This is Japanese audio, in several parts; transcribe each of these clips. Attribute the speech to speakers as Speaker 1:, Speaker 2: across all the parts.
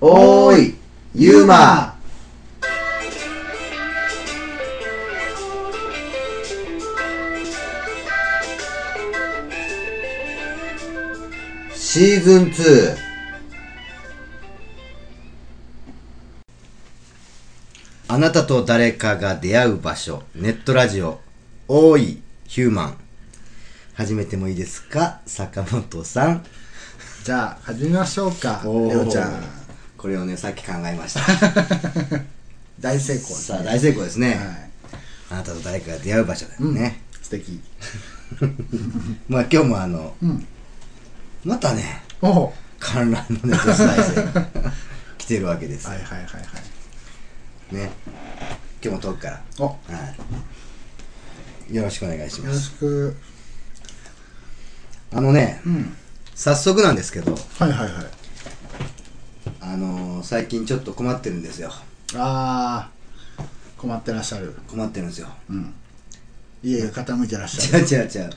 Speaker 1: おーい、ユーマーシーズン2あなたと誰かが出会う場所ネットラジオおーいヒューマン始めてもいいですか坂本さん
Speaker 2: じゃあ始めましょうか
Speaker 1: レオちゃん
Speaker 2: おー
Speaker 1: これをねさっき考えました
Speaker 2: 大成功
Speaker 1: さあ大成功ですね、
Speaker 2: はい
Speaker 1: あなたと誰かが出会う場所だよね、
Speaker 2: 素敵
Speaker 1: まあ今日もあの
Speaker 2: うん
Speaker 1: またね
Speaker 2: おお
Speaker 1: 観覧のね女子大生 が来てるわけです、
Speaker 2: はいはいはいはい
Speaker 1: ね今日も遠くから、
Speaker 2: およ
Speaker 1: はい、よろしくお願いしま
Speaker 2: ろ
Speaker 1: す
Speaker 2: しく
Speaker 1: あのね
Speaker 2: うん
Speaker 1: 早速なんですけど
Speaker 2: はいはいはい
Speaker 1: あのー最近ちょっと困ってるんですよ
Speaker 2: あー困ってらっしゃる
Speaker 1: 困ってるんですよ
Speaker 2: うん家が傾いてらっしゃ
Speaker 1: 違う
Speaker 2: る
Speaker 1: 違う違う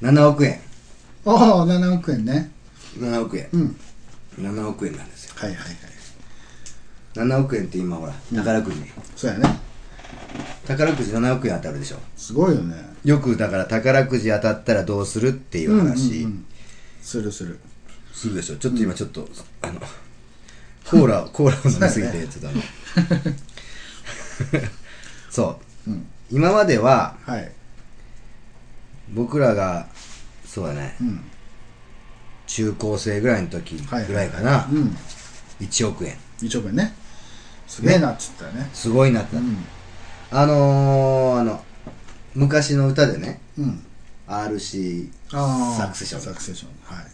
Speaker 1: 7億円
Speaker 2: おお7億円ね
Speaker 1: 7億円
Speaker 2: うん
Speaker 1: 7億円なんですよ
Speaker 2: はいはいはい
Speaker 1: 7億円って今ほら宝くじね
Speaker 2: そうやね
Speaker 1: 宝くじ7億円当たるでしょ
Speaker 2: すごいよね
Speaker 1: よくだから宝くじ当たったらどうするっていう話
Speaker 2: うんうんうんするする
Speaker 1: するでしょちょっと今ちょっと、あのコー ラをコーラを飲みすぎてちょっとあの そう、
Speaker 2: うん
Speaker 1: 今までは
Speaker 2: はい
Speaker 1: 僕らがそうだね
Speaker 2: うん
Speaker 1: 中高生ぐらいの時
Speaker 2: はい
Speaker 1: ぐらいかな、
Speaker 2: うん
Speaker 1: 1億円
Speaker 2: 1億円ねすげえなっつったよね
Speaker 1: すごいなって
Speaker 2: う
Speaker 1: なった、
Speaker 2: ん
Speaker 1: あのー、あの昔の歌でね
Speaker 2: うん
Speaker 1: RC
Speaker 2: あー
Speaker 1: サクセショ
Speaker 2: サ
Speaker 1: ン
Speaker 2: クセションはい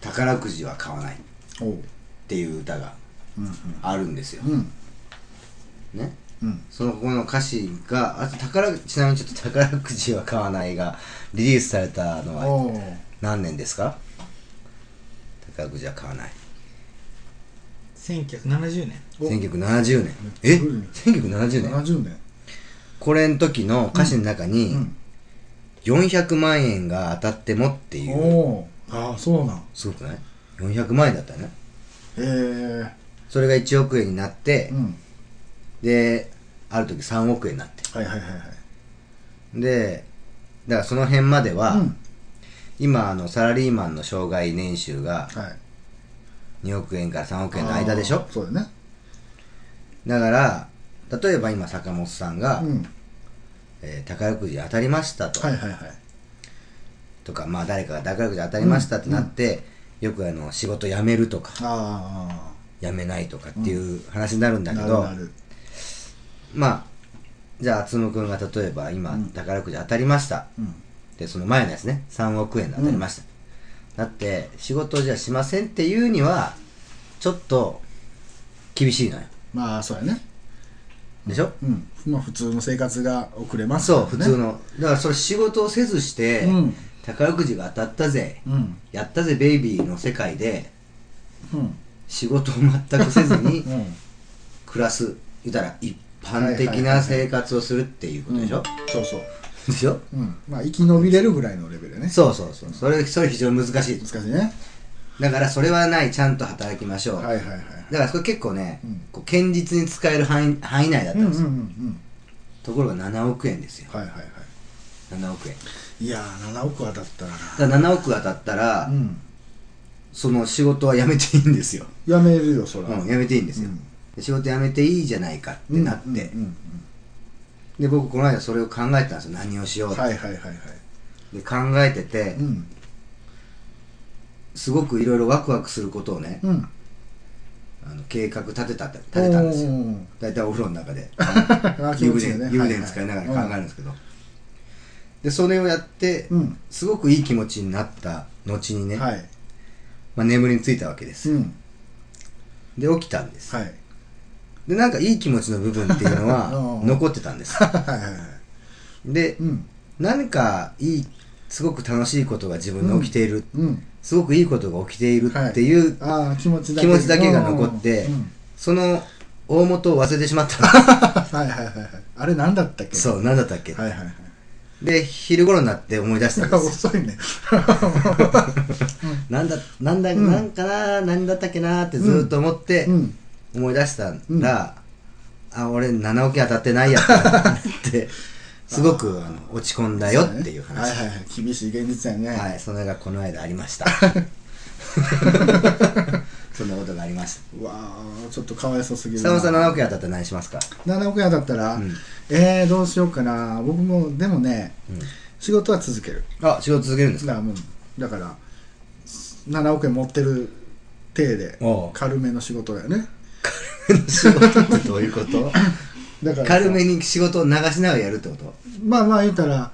Speaker 1: 宝くじは買わないっ
Speaker 2: おう
Speaker 1: ていう歌が
Speaker 2: うん
Speaker 1: あるんですよ、
Speaker 2: うんうん
Speaker 1: ね
Speaker 2: うん
Speaker 1: そのここの歌詞があと宝ちなみにちょっと宝くじは買わないがリリースされたのは
Speaker 2: おー
Speaker 1: 何年ですか宝くじは買わない
Speaker 3: 1970年
Speaker 2: お
Speaker 1: 1970年え
Speaker 2: 古いね
Speaker 1: 1970年
Speaker 2: 70年
Speaker 1: これの時の歌詞の中に
Speaker 2: うん
Speaker 1: 400万円が当たってもって
Speaker 2: お
Speaker 1: いう
Speaker 2: おーああそうなん
Speaker 1: すごくない ?400 万円だったよね
Speaker 2: へ
Speaker 1: それが1億円になっ
Speaker 2: え
Speaker 1: て
Speaker 2: うん
Speaker 1: である時3億円になって
Speaker 2: はいはいはいはい
Speaker 1: でだからその辺までは、
Speaker 2: うん
Speaker 1: 今あのサラリーマンの障害年収が
Speaker 2: はい
Speaker 1: 2億円から3億円の間でし
Speaker 2: あ
Speaker 1: ょ
Speaker 2: ーそうだね
Speaker 1: だから例えば今坂本さんが、
Speaker 2: うん
Speaker 1: えー宝くじ当たりましたと、
Speaker 2: はいはいはい
Speaker 1: とかまあ誰かが宝くじ当たりましたってなって、よくあの仕事辞めるとか
Speaker 2: あ
Speaker 1: 辞めないとかっていう話になるん
Speaker 2: あ
Speaker 1: だけ
Speaker 2: な
Speaker 1: ど、
Speaker 2: るなる
Speaker 1: まあじゃあつむくんが例えば今、
Speaker 2: うん
Speaker 1: 宝くじ当たりました
Speaker 2: うん
Speaker 1: でその前のやつね3億円で当たりました、だって仕事じゃしませんっていうにはちょっと厳しいのよ
Speaker 2: まあそうやね
Speaker 1: でしょ、
Speaker 2: うんまあ普通の生活が遅れますか
Speaker 1: そう
Speaker 2: ら
Speaker 1: 普
Speaker 2: ね
Speaker 1: 通のだからそれ仕事をせずして、
Speaker 2: うん
Speaker 1: 宝くじが当たったぜ
Speaker 2: うん
Speaker 1: やったぜベイビーの世界で
Speaker 2: うん
Speaker 1: 仕事を全くせずに
Speaker 2: うん
Speaker 1: 暮らす言ったら一般的な生活をするっていうことでしょ、
Speaker 2: そうそう
Speaker 1: でしょ
Speaker 2: うんまあ生き延びれるぐらいのレベルね
Speaker 1: そうそうそうそれそれ非常に難しい
Speaker 2: 難しいね
Speaker 1: だからそれはないちゃんと働きましょう、
Speaker 2: はいはいはい
Speaker 1: だからそれ結構ね、
Speaker 2: うん
Speaker 1: こう堅実に使える範囲範囲内だった
Speaker 2: うん
Speaker 1: ん
Speaker 2: うん
Speaker 1: で
Speaker 2: う
Speaker 1: すよ、
Speaker 2: ん
Speaker 1: ところが7億円ですよ
Speaker 2: うんはいはいは
Speaker 1: 7億円
Speaker 2: いいやー7億当たったらな
Speaker 1: だから7億当たったら、
Speaker 2: うん
Speaker 1: その仕事は辞めていいんですよ、
Speaker 2: やめるよそら
Speaker 1: うん、辞めていいんです
Speaker 2: う
Speaker 1: よ、
Speaker 2: ん
Speaker 1: で仕事辞めていいじゃないかってなって、
Speaker 2: うんうん
Speaker 1: で僕この間それを考えてたんですよ何をしよう
Speaker 2: うん
Speaker 1: って、
Speaker 2: はいはいはいはい
Speaker 1: で考えてて、
Speaker 2: うん
Speaker 1: すごくいろいろワクワクすることをね、
Speaker 2: うん
Speaker 1: あの計画立てたって立てたんですよ
Speaker 2: よ
Speaker 1: 大体お風呂の中で
Speaker 2: あ気
Speaker 1: 湯
Speaker 2: 持ちいいよ
Speaker 1: 船
Speaker 2: ね
Speaker 1: 湯船使いながら考えるんですけど、でそれをやって、
Speaker 2: うん
Speaker 1: すごくいい気持ちになった後にね、
Speaker 2: はい
Speaker 1: まあ、眠りについたわけです
Speaker 2: う
Speaker 1: よ、
Speaker 2: ん
Speaker 1: で起きたんです、
Speaker 2: はい
Speaker 1: でなんかいい気持ちの部分っていうのは
Speaker 2: うん
Speaker 1: 残ってたんです
Speaker 2: はいはいはい
Speaker 1: で
Speaker 2: うん
Speaker 1: 何かいいすごく楽しいことが自分に起きている、
Speaker 2: うん
Speaker 1: すごくいいことが起きているっていう、
Speaker 2: ああ気持ちだけ
Speaker 1: 気持ちだけが残って、
Speaker 2: うんうん
Speaker 1: その大元を忘れてしまった
Speaker 2: はいはいはいはいあれ何だったっけ
Speaker 1: そう何だったっけ、
Speaker 2: はいはいはい
Speaker 1: で、昼頃になって思い出したんですよ。
Speaker 2: 遅いね。
Speaker 1: なんだ、なんだ、
Speaker 2: ん
Speaker 1: なんかな、何だったっけなーってずーっと思って
Speaker 2: うん。
Speaker 1: 思い出したら、あ、俺7億円当たってないやったなって、 すごくあの落ち込んだよっていう
Speaker 2: はい
Speaker 1: 話。
Speaker 2: はいはい。厳しい現実やね。
Speaker 1: はい、それがこの間ありま した。そんなことがありました。
Speaker 2: うわあちょっとかわいそうすぎる
Speaker 1: 下
Speaker 2: な。
Speaker 1: 本さん7億円当たったら何しますか
Speaker 2: 7億円だったら、
Speaker 1: うん
Speaker 2: えー、どうしようかな。僕も、でもね、
Speaker 1: うん
Speaker 2: 仕事は続ける。
Speaker 1: あ、仕事続けるんです
Speaker 2: だか
Speaker 1: か
Speaker 2: ら、うん。だから、7億円持ってる体で
Speaker 1: おう、
Speaker 2: 軽めの仕事だよね。
Speaker 1: 仕事ってどういう こと
Speaker 2: だから、
Speaker 1: 軽めに仕事を流しながらやるってこと
Speaker 2: まあまあ言うたら、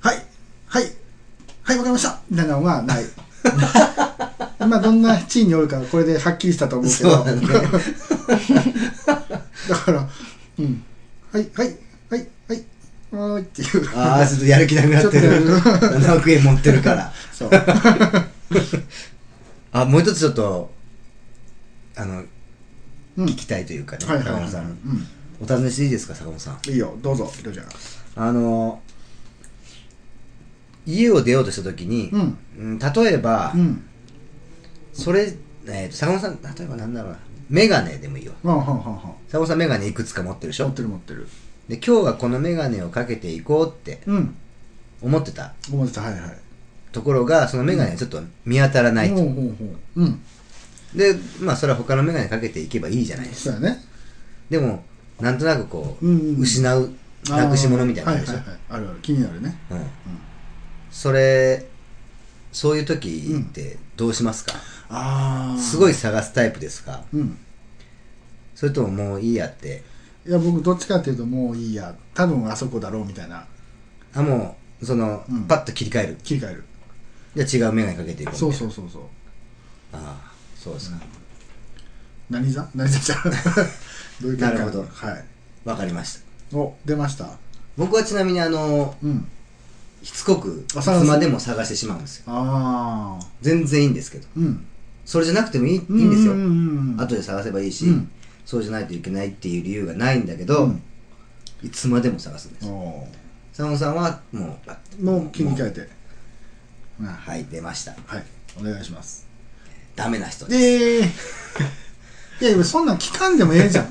Speaker 2: はい、はい、はい、わかりましたみたいなのは ない。まあどんな地位におるか、これではっきりしたと思うけど、
Speaker 1: そうだね
Speaker 2: だから、うん、はい、はい、はい、はい、はーいっていう。
Speaker 1: ああ、ちょっとやる気なくなってる。
Speaker 2: ちょっと
Speaker 1: 7億円持ってるから。
Speaker 2: そう。
Speaker 1: あ、もう一つちょっと、あの、
Speaker 2: うん、は
Speaker 1: 聞きたいというかね、
Speaker 2: いはい
Speaker 1: 坂
Speaker 2: はい、
Speaker 1: 本さ。
Speaker 2: うんん。
Speaker 1: お尋ねしていいですか、坂本さん。
Speaker 2: いいよ、どうぞ、ひろちゃん。
Speaker 1: あの、家を出ようとしたときに、
Speaker 2: うん、
Speaker 1: うん例えば、
Speaker 2: うん、
Speaker 1: それ、えーと坂本さん、例えばなんだろうな、メガネでもいいよ。
Speaker 2: はんはんはんはん。
Speaker 1: 坂本さんメガネいくつか持ってるでし
Speaker 2: 持
Speaker 1: ょ
Speaker 2: ってる持ってる。
Speaker 1: で、今日はこのメガネをかけていこうって
Speaker 2: うん、
Speaker 1: 思ってた
Speaker 2: 思ってた、はいはい。
Speaker 1: ところが、そのメガネがちょっと見当たらないと。
Speaker 2: ほうほうほう。うん、
Speaker 1: で、まあそれは他のメガネかけていけばいいじゃないですか。
Speaker 2: そうやね。
Speaker 1: でも、なんとなくこう、
Speaker 2: うんうんうん
Speaker 1: 失う、なくし物みたいな
Speaker 2: あ
Speaker 1: のあ
Speaker 2: ー
Speaker 1: るでしょ、
Speaker 2: はいはいはい。あるある、気になるね。
Speaker 1: うんそれ、そういう時ってどうしますか、
Speaker 2: ああ。
Speaker 1: すごい探すタイプですか
Speaker 2: うん、
Speaker 1: それとももういいやって、
Speaker 2: いや僕どっちかっていうともういいや多分あそこだろうみたいな
Speaker 1: あ、もう、その、
Speaker 2: うん
Speaker 1: パッと切り替える。
Speaker 2: 切り替える
Speaker 1: じゃあ違うメガネかけていこうみたい
Speaker 2: そう
Speaker 1: な。。
Speaker 2: そううそうそう
Speaker 1: ああ、そうですか。
Speaker 2: 何座何座じゃん どういう結果
Speaker 1: なるほど
Speaker 2: はい
Speaker 1: わ、かりました。
Speaker 2: お出ました
Speaker 1: 僕はちなみにあの、
Speaker 2: うん
Speaker 1: しつこく、い
Speaker 2: あ
Speaker 1: つ
Speaker 2: 探す
Speaker 1: までも探してしまうんですよ。
Speaker 2: ああ
Speaker 1: 全然いいんですけど。
Speaker 2: うん
Speaker 1: それじゃなくてもいいいいんですよ。
Speaker 2: うんうんうん
Speaker 1: 後で探せばいいし、
Speaker 2: うん
Speaker 1: そうじゃないといけないっていう理由がないんだけど、
Speaker 2: うん
Speaker 1: いつまでも探すんです
Speaker 2: お
Speaker 1: 佐野さんはもうあ
Speaker 2: ーもう切り替
Speaker 1: も
Speaker 2: えてうん
Speaker 1: うはい出ました
Speaker 2: はいお願いします
Speaker 1: ダメな人です
Speaker 2: で いや今そんなん聞かんでもええじゃん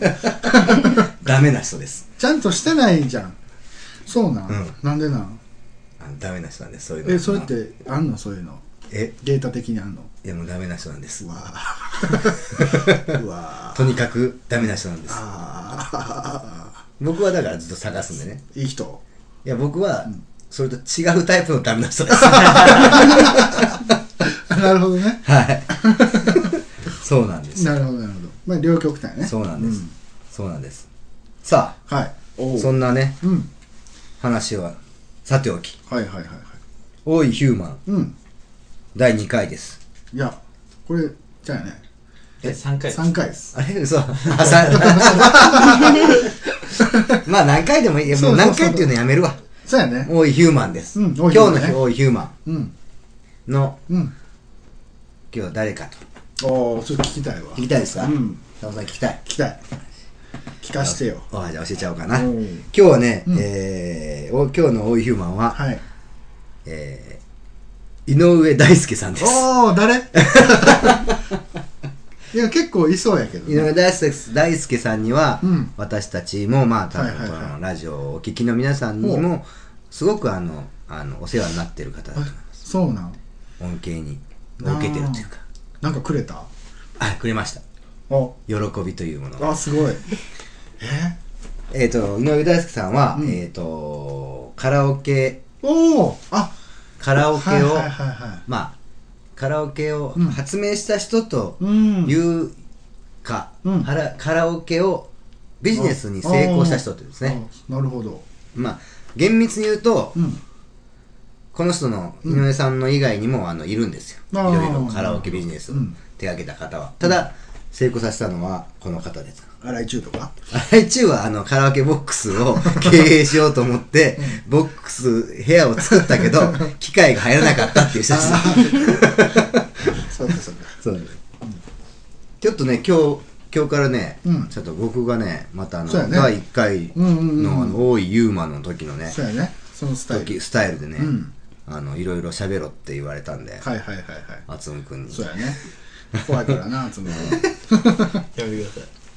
Speaker 1: ダメな人です
Speaker 2: ちゃんとしてないじゃんそうなん、
Speaker 1: うん
Speaker 2: なんでなん
Speaker 1: あのダメな人なんですそういうの
Speaker 2: えそれってあんのそういうの
Speaker 1: え
Speaker 2: データ的にあんの
Speaker 1: いやもうダメな人なんです
Speaker 2: うわーうわー
Speaker 1: とにかくダメな人なんです
Speaker 2: あ
Speaker 1: 僕はだからずっと探すんでね
Speaker 2: ーいい人
Speaker 1: いや僕はそれと違うタイプのダメな人です
Speaker 2: なるほどね
Speaker 1: はいそうなんです
Speaker 2: なるほどなるほどまあ両極端やね
Speaker 1: そうなんです、そうなんですさ
Speaker 2: はいお
Speaker 1: あ
Speaker 2: う
Speaker 1: そんなね
Speaker 2: うん
Speaker 1: 話はさておき
Speaker 2: はいはいはいはい
Speaker 1: 多いヒューマン
Speaker 2: うん
Speaker 1: 第2回です
Speaker 2: いやこれじゃあね
Speaker 3: え、3回
Speaker 2: 3回です
Speaker 1: あれ嘘あさ まあ何回でもいい。もう何回っていうのやめるわ。
Speaker 2: そうやね
Speaker 1: 多いヒューマンです。
Speaker 2: うん
Speaker 1: 今
Speaker 2: 多い
Speaker 1: 日
Speaker 2: ヒューマンね
Speaker 1: の多いヒューマ
Speaker 2: うん
Speaker 1: ンの
Speaker 2: うん
Speaker 1: 今日は誰かと。
Speaker 2: おおそれ聞きたいわ
Speaker 1: 聞きたいですか
Speaker 2: うん
Speaker 1: 佐野さん聞きたい。
Speaker 2: 聞きたい聞かしてよ
Speaker 1: あじゃあ教えちゃおうかな。
Speaker 2: おう
Speaker 1: 今日はね、
Speaker 2: うん
Speaker 1: えーお今日の多いヒューマンは、
Speaker 2: はい
Speaker 1: えー井上大輔さんです。
Speaker 2: おお誰 いや結構いそうやけど
Speaker 1: 井上
Speaker 2: ね
Speaker 1: 大輔大輔さんには、
Speaker 2: うん
Speaker 1: 私たちも、まあ、多分
Speaker 2: はいはいはい
Speaker 1: このラジオをお聞きの皆さんにも、すごくあの、あの、お世話になってる方だと思います。
Speaker 2: そうなん
Speaker 1: 恩恵に受けてるというか
Speaker 2: なんかくれた
Speaker 1: あくれました
Speaker 2: あ
Speaker 1: 喜びというものを
Speaker 2: あすごいえ
Speaker 1: えっ、と井上大輔さんは、
Speaker 2: うん
Speaker 1: えっ、とカラオケ
Speaker 2: おおあ
Speaker 1: カラオケを、
Speaker 2: はいはいはいはい
Speaker 1: まあカラオケを
Speaker 2: うん
Speaker 1: 発明した人と
Speaker 2: うん
Speaker 1: いうか、
Speaker 2: うん
Speaker 1: カラカラオケをビジネスに成功した人っていうんですね
Speaker 2: あなるほど
Speaker 1: まあ厳密に言うと、
Speaker 2: うん
Speaker 1: この人の井上さんの以外にもあのいるんですよ、
Speaker 2: あー
Speaker 1: いろいろカラオケビジネスを
Speaker 2: うん
Speaker 1: 手掛けた方は、ただ成功させたのはこの方です
Speaker 2: 荒井中とか
Speaker 1: 荒井中はあのカラオケボック スを経営しようと思って、ボックス、部屋を作った けど、機械が入らなかったっていう写
Speaker 2: そうか
Speaker 1: 真。
Speaker 2: そうか
Speaker 1: そうちょっとね、今日、今日からね、
Speaker 2: うん
Speaker 1: ちょっと僕がね、またあの、
Speaker 2: そうやね
Speaker 1: 第1回
Speaker 2: うんうんうん
Speaker 1: のあの、多いユーマの時のね、
Speaker 2: そうやねそのスタイル
Speaker 1: 時スタイルでね、
Speaker 2: うん
Speaker 1: あのいろいろ喋ろって言われたんで、
Speaker 2: はいはいはいはい
Speaker 1: 厚むくんに
Speaker 2: そうやね怖いから なつむ
Speaker 3: やめてください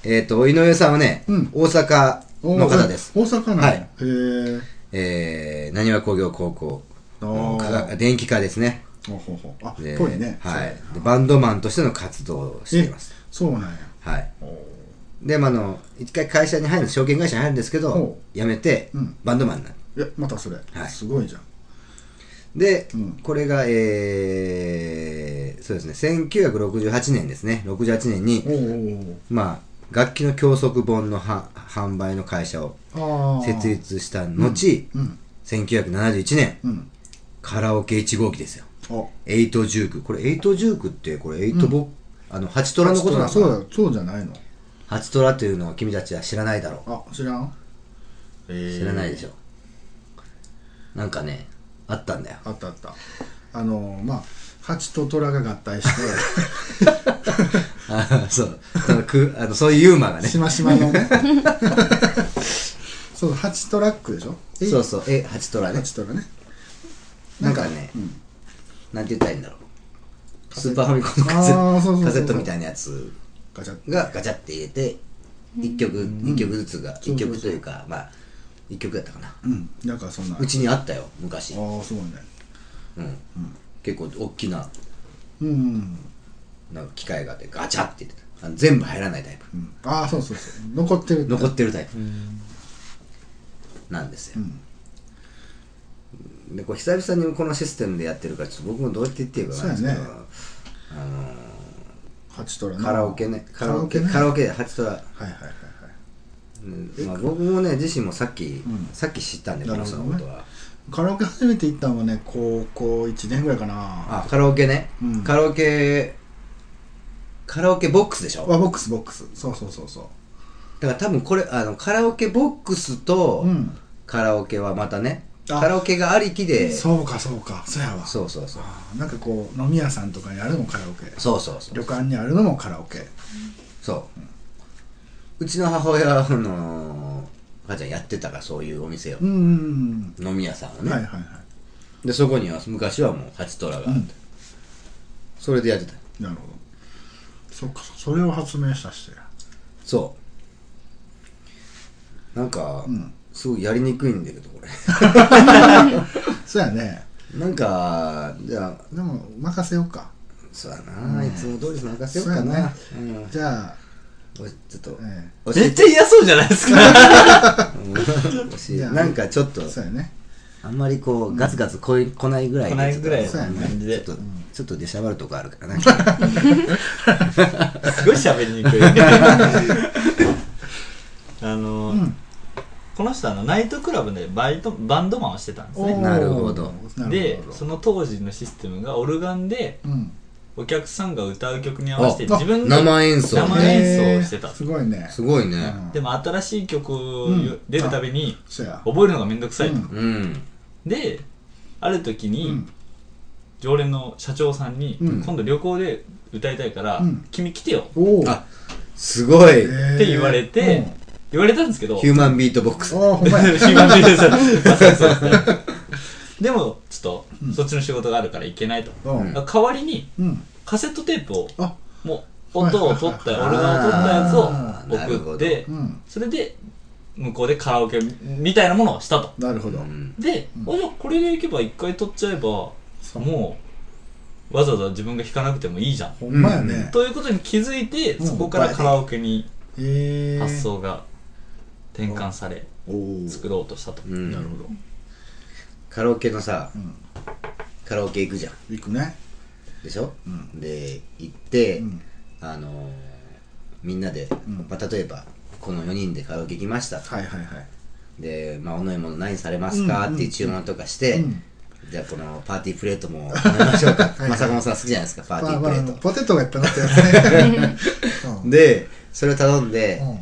Speaker 1: えっ、と井上さんはね、
Speaker 2: うん
Speaker 1: 大阪の方です
Speaker 2: 大阪なの、
Speaker 1: はい
Speaker 2: へえ
Speaker 1: えー、なにわ工業高校
Speaker 2: おー
Speaker 1: 科学電気科ですね
Speaker 2: ほうほうほうあっぽ
Speaker 1: で
Speaker 2: いね
Speaker 1: はい、でバンドマンとしての活動をしています
Speaker 2: そうなんや
Speaker 1: はい
Speaker 2: おー
Speaker 1: でまああの一回会社に入る証券会社に入るんですけど
Speaker 2: ほ
Speaker 1: 辞めて、
Speaker 2: うん
Speaker 1: バンドマンになる
Speaker 2: えまたそれ、
Speaker 1: はい
Speaker 2: すごいじゃん
Speaker 1: で、
Speaker 2: うん
Speaker 1: これがえー、そうですね1968年ですね68年に
Speaker 2: おー
Speaker 1: まあ楽器の教則本のは販売の会社を
Speaker 2: ああ
Speaker 1: 設立した後、
Speaker 2: うん
Speaker 1: 1971年
Speaker 2: うん
Speaker 1: カラオケ1号機ですよ
Speaker 2: あ
Speaker 1: エイトジュークこれエイトジュークってこれエイトボ、あの8トラのことなのか
Speaker 2: そ
Speaker 1: な
Speaker 2: うだそうじゃないの
Speaker 1: 初トラというのを君たちは知らないだろ
Speaker 2: あ知らん
Speaker 1: う知らないでしょなんかねあったんだよ
Speaker 2: あったあったあのーまあ蜂と虎が合体して
Speaker 1: あ そうあのくあのそういうユーマがね
Speaker 2: しましまのねそう蜂トラックでしょえ
Speaker 1: そうそうえ初トラね
Speaker 2: 蜂虎ね
Speaker 1: なんかね
Speaker 2: うん
Speaker 1: なんて言ったらいいんだろうスーパーファミコンのカセ
Speaker 2: あーそうそうそうそう
Speaker 1: カセットみたいなやつ
Speaker 2: ガチャッ
Speaker 1: がガチャって入れて1曲一曲ずつが
Speaker 2: そうそうそう
Speaker 1: 1曲というかまあ1曲だったかな
Speaker 2: うんなんかそんなあ
Speaker 1: うちにあったよ昔、
Speaker 2: あすごいね
Speaker 1: うん、結構大きな
Speaker 2: うん、うん
Speaker 1: なんか機械があってガチャって言ってたあの全部入らないタイプ
Speaker 2: うん、ああそうそうそう残ってる
Speaker 1: 残ってるタイプ
Speaker 3: うん
Speaker 1: なんです
Speaker 2: う
Speaker 1: よ、
Speaker 2: ん
Speaker 1: でこう久々にこのシステムでやってるからちょっと僕もどうやって言っていいか分かんない
Speaker 2: そ
Speaker 1: ですけ
Speaker 2: う
Speaker 1: ど、あの
Speaker 2: 蜂虎
Speaker 1: ー
Speaker 2: の
Speaker 1: カラオケねカラオケ
Speaker 2: ね
Speaker 1: カラオケで初トラ、
Speaker 2: はいはいはいはい
Speaker 1: うんまあ、僕もね自身もさっき、
Speaker 2: うん
Speaker 1: さっき知ったんで
Speaker 2: な
Speaker 1: こ
Speaker 2: る
Speaker 1: の
Speaker 2: ほどね
Speaker 1: 人のことは
Speaker 2: カラオケ初めて行ったのはね高校1年ぐらいかな
Speaker 1: あカラオケね、
Speaker 2: うん
Speaker 1: カラオケカラオケボックスでしょ
Speaker 2: あボックスボックスそうそうそうそ
Speaker 1: だから多分これあのカラオケボックスと
Speaker 2: ううん
Speaker 1: カラオケはまたね、
Speaker 2: あ
Speaker 1: カラオケがありきでそう
Speaker 2: そうかそうかそうやわ
Speaker 1: そうそうそう
Speaker 2: あーなんかこう飲み屋さんとかにあるのもカラオケ
Speaker 1: そうそうそう
Speaker 2: 旅館にあるのもカラオケ
Speaker 1: そう、うちの母親はあの母ちゃんやってたからそういうお店を、
Speaker 2: うんうん
Speaker 1: 飲み屋さんを
Speaker 2: うん
Speaker 1: ね、
Speaker 2: はいはいはい
Speaker 1: でそこには昔はもう初トラがあ
Speaker 2: う
Speaker 1: って、
Speaker 2: ん
Speaker 1: それでやってた
Speaker 2: なるほどそっかそれを発明したして
Speaker 1: そうなんか、
Speaker 2: うん
Speaker 1: すごいやりにくいんだけど これ
Speaker 2: そうやね
Speaker 1: なんかじゃあ
Speaker 2: でも任せようか
Speaker 1: そうだな、いつも通り任せよう
Speaker 2: そ
Speaker 1: か
Speaker 2: うやね
Speaker 1: なうん
Speaker 2: じゃあ、
Speaker 1: おちょっと
Speaker 2: ええ
Speaker 1: 教
Speaker 3: め
Speaker 1: え
Speaker 3: ってちゃ嫌そうじゃないで すか
Speaker 1: うん教え
Speaker 2: いや
Speaker 1: なんかちょっと
Speaker 2: そうやね
Speaker 1: あんまりこうガツガツ来い来ないぐらい
Speaker 3: 来ないぐらいの
Speaker 1: ちょっと
Speaker 3: 感じで
Speaker 1: ちょっとちょっと出しゃばるとこあるからな
Speaker 3: すごい喋りに くいあの、
Speaker 2: うん
Speaker 3: この人あのナイトクラブでバイトバンドマンをしてたんですね
Speaker 2: おー
Speaker 1: なるほど
Speaker 2: なる
Speaker 3: で
Speaker 2: ほど
Speaker 3: その当時のシステムがオルガンで
Speaker 2: うん
Speaker 3: お客さんが歌う曲に合わせて
Speaker 1: あ
Speaker 3: 自分で
Speaker 1: 生演奏
Speaker 3: 生演奏をしてた
Speaker 2: へーすごいね
Speaker 1: すごいね
Speaker 2: うん
Speaker 3: でも新しい曲を
Speaker 2: うん
Speaker 3: 出るたびに
Speaker 2: そうや
Speaker 3: 覚えるのがめんどくさいと、
Speaker 2: うん
Speaker 1: うん
Speaker 3: である時
Speaker 2: う
Speaker 3: に、
Speaker 2: ん
Speaker 3: 常連の社長さんに、
Speaker 2: うん
Speaker 3: 今度旅行で歌いたいから、
Speaker 2: うん
Speaker 3: 君来てよ
Speaker 2: おお
Speaker 1: あすごい
Speaker 3: って言われて言われたんですけど
Speaker 1: ヒューマンビートボックス
Speaker 2: おおーほんまや
Speaker 3: ヒューマンビートさんまさにそ うですでもちょっと、
Speaker 2: うん
Speaker 3: そっちの仕事があるから行けないと、
Speaker 2: うん
Speaker 3: 代わりに
Speaker 2: うん
Speaker 3: カセットテープを
Speaker 2: あ
Speaker 3: もう音を取った
Speaker 2: はい
Speaker 1: はい
Speaker 3: オルガンを
Speaker 1: あー
Speaker 3: 取った
Speaker 1: な
Speaker 3: や
Speaker 1: る
Speaker 3: つ
Speaker 1: ほ
Speaker 3: を送
Speaker 1: ど
Speaker 3: って
Speaker 2: うん
Speaker 3: それで向こうでカラオケみたいなものをしたと
Speaker 2: なるほど
Speaker 1: うん
Speaker 3: で、
Speaker 2: うん
Speaker 3: あじゃあこれでいけば一回取っちゃえば
Speaker 2: そう
Speaker 3: もうわざわざ自分が弾かなくてもいいじゃん
Speaker 2: ほんまやね、
Speaker 1: うん
Speaker 3: ということに気づいて
Speaker 2: うん
Speaker 3: そこからカラオケに
Speaker 2: へえ
Speaker 3: 発想が転換され
Speaker 2: おお
Speaker 3: 作ろうとしたと
Speaker 1: うん
Speaker 2: なるほど、
Speaker 1: カラオケのさ
Speaker 2: うん、
Speaker 1: カラオケ行くじゃん
Speaker 2: 行くね
Speaker 1: でしょ
Speaker 2: うん
Speaker 1: で行って、
Speaker 2: うん
Speaker 1: あのーみんなで、
Speaker 2: ん
Speaker 1: まあ、例えばこの4人でカラオケ行きましたと
Speaker 2: はいはいはい
Speaker 1: で、まあ、お飲み物何されますか、
Speaker 2: うんうん
Speaker 1: っていう注文とかして、
Speaker 2: うん
Speaker 1: じゃあこのパーティープレートも飲みましょうか
Speaker 2: い
Speaker 1: まさかもさん好きじゃないですかパーティープ
Speaker 2: まあ
Speaker 1: レ
Speaker 2: まあ
Speaker 1: ート、
Speaker 2: ポテトがいっぱいなった やつね、うん、
Speaker 1: でそれを頼んで、
Speaker 2: うん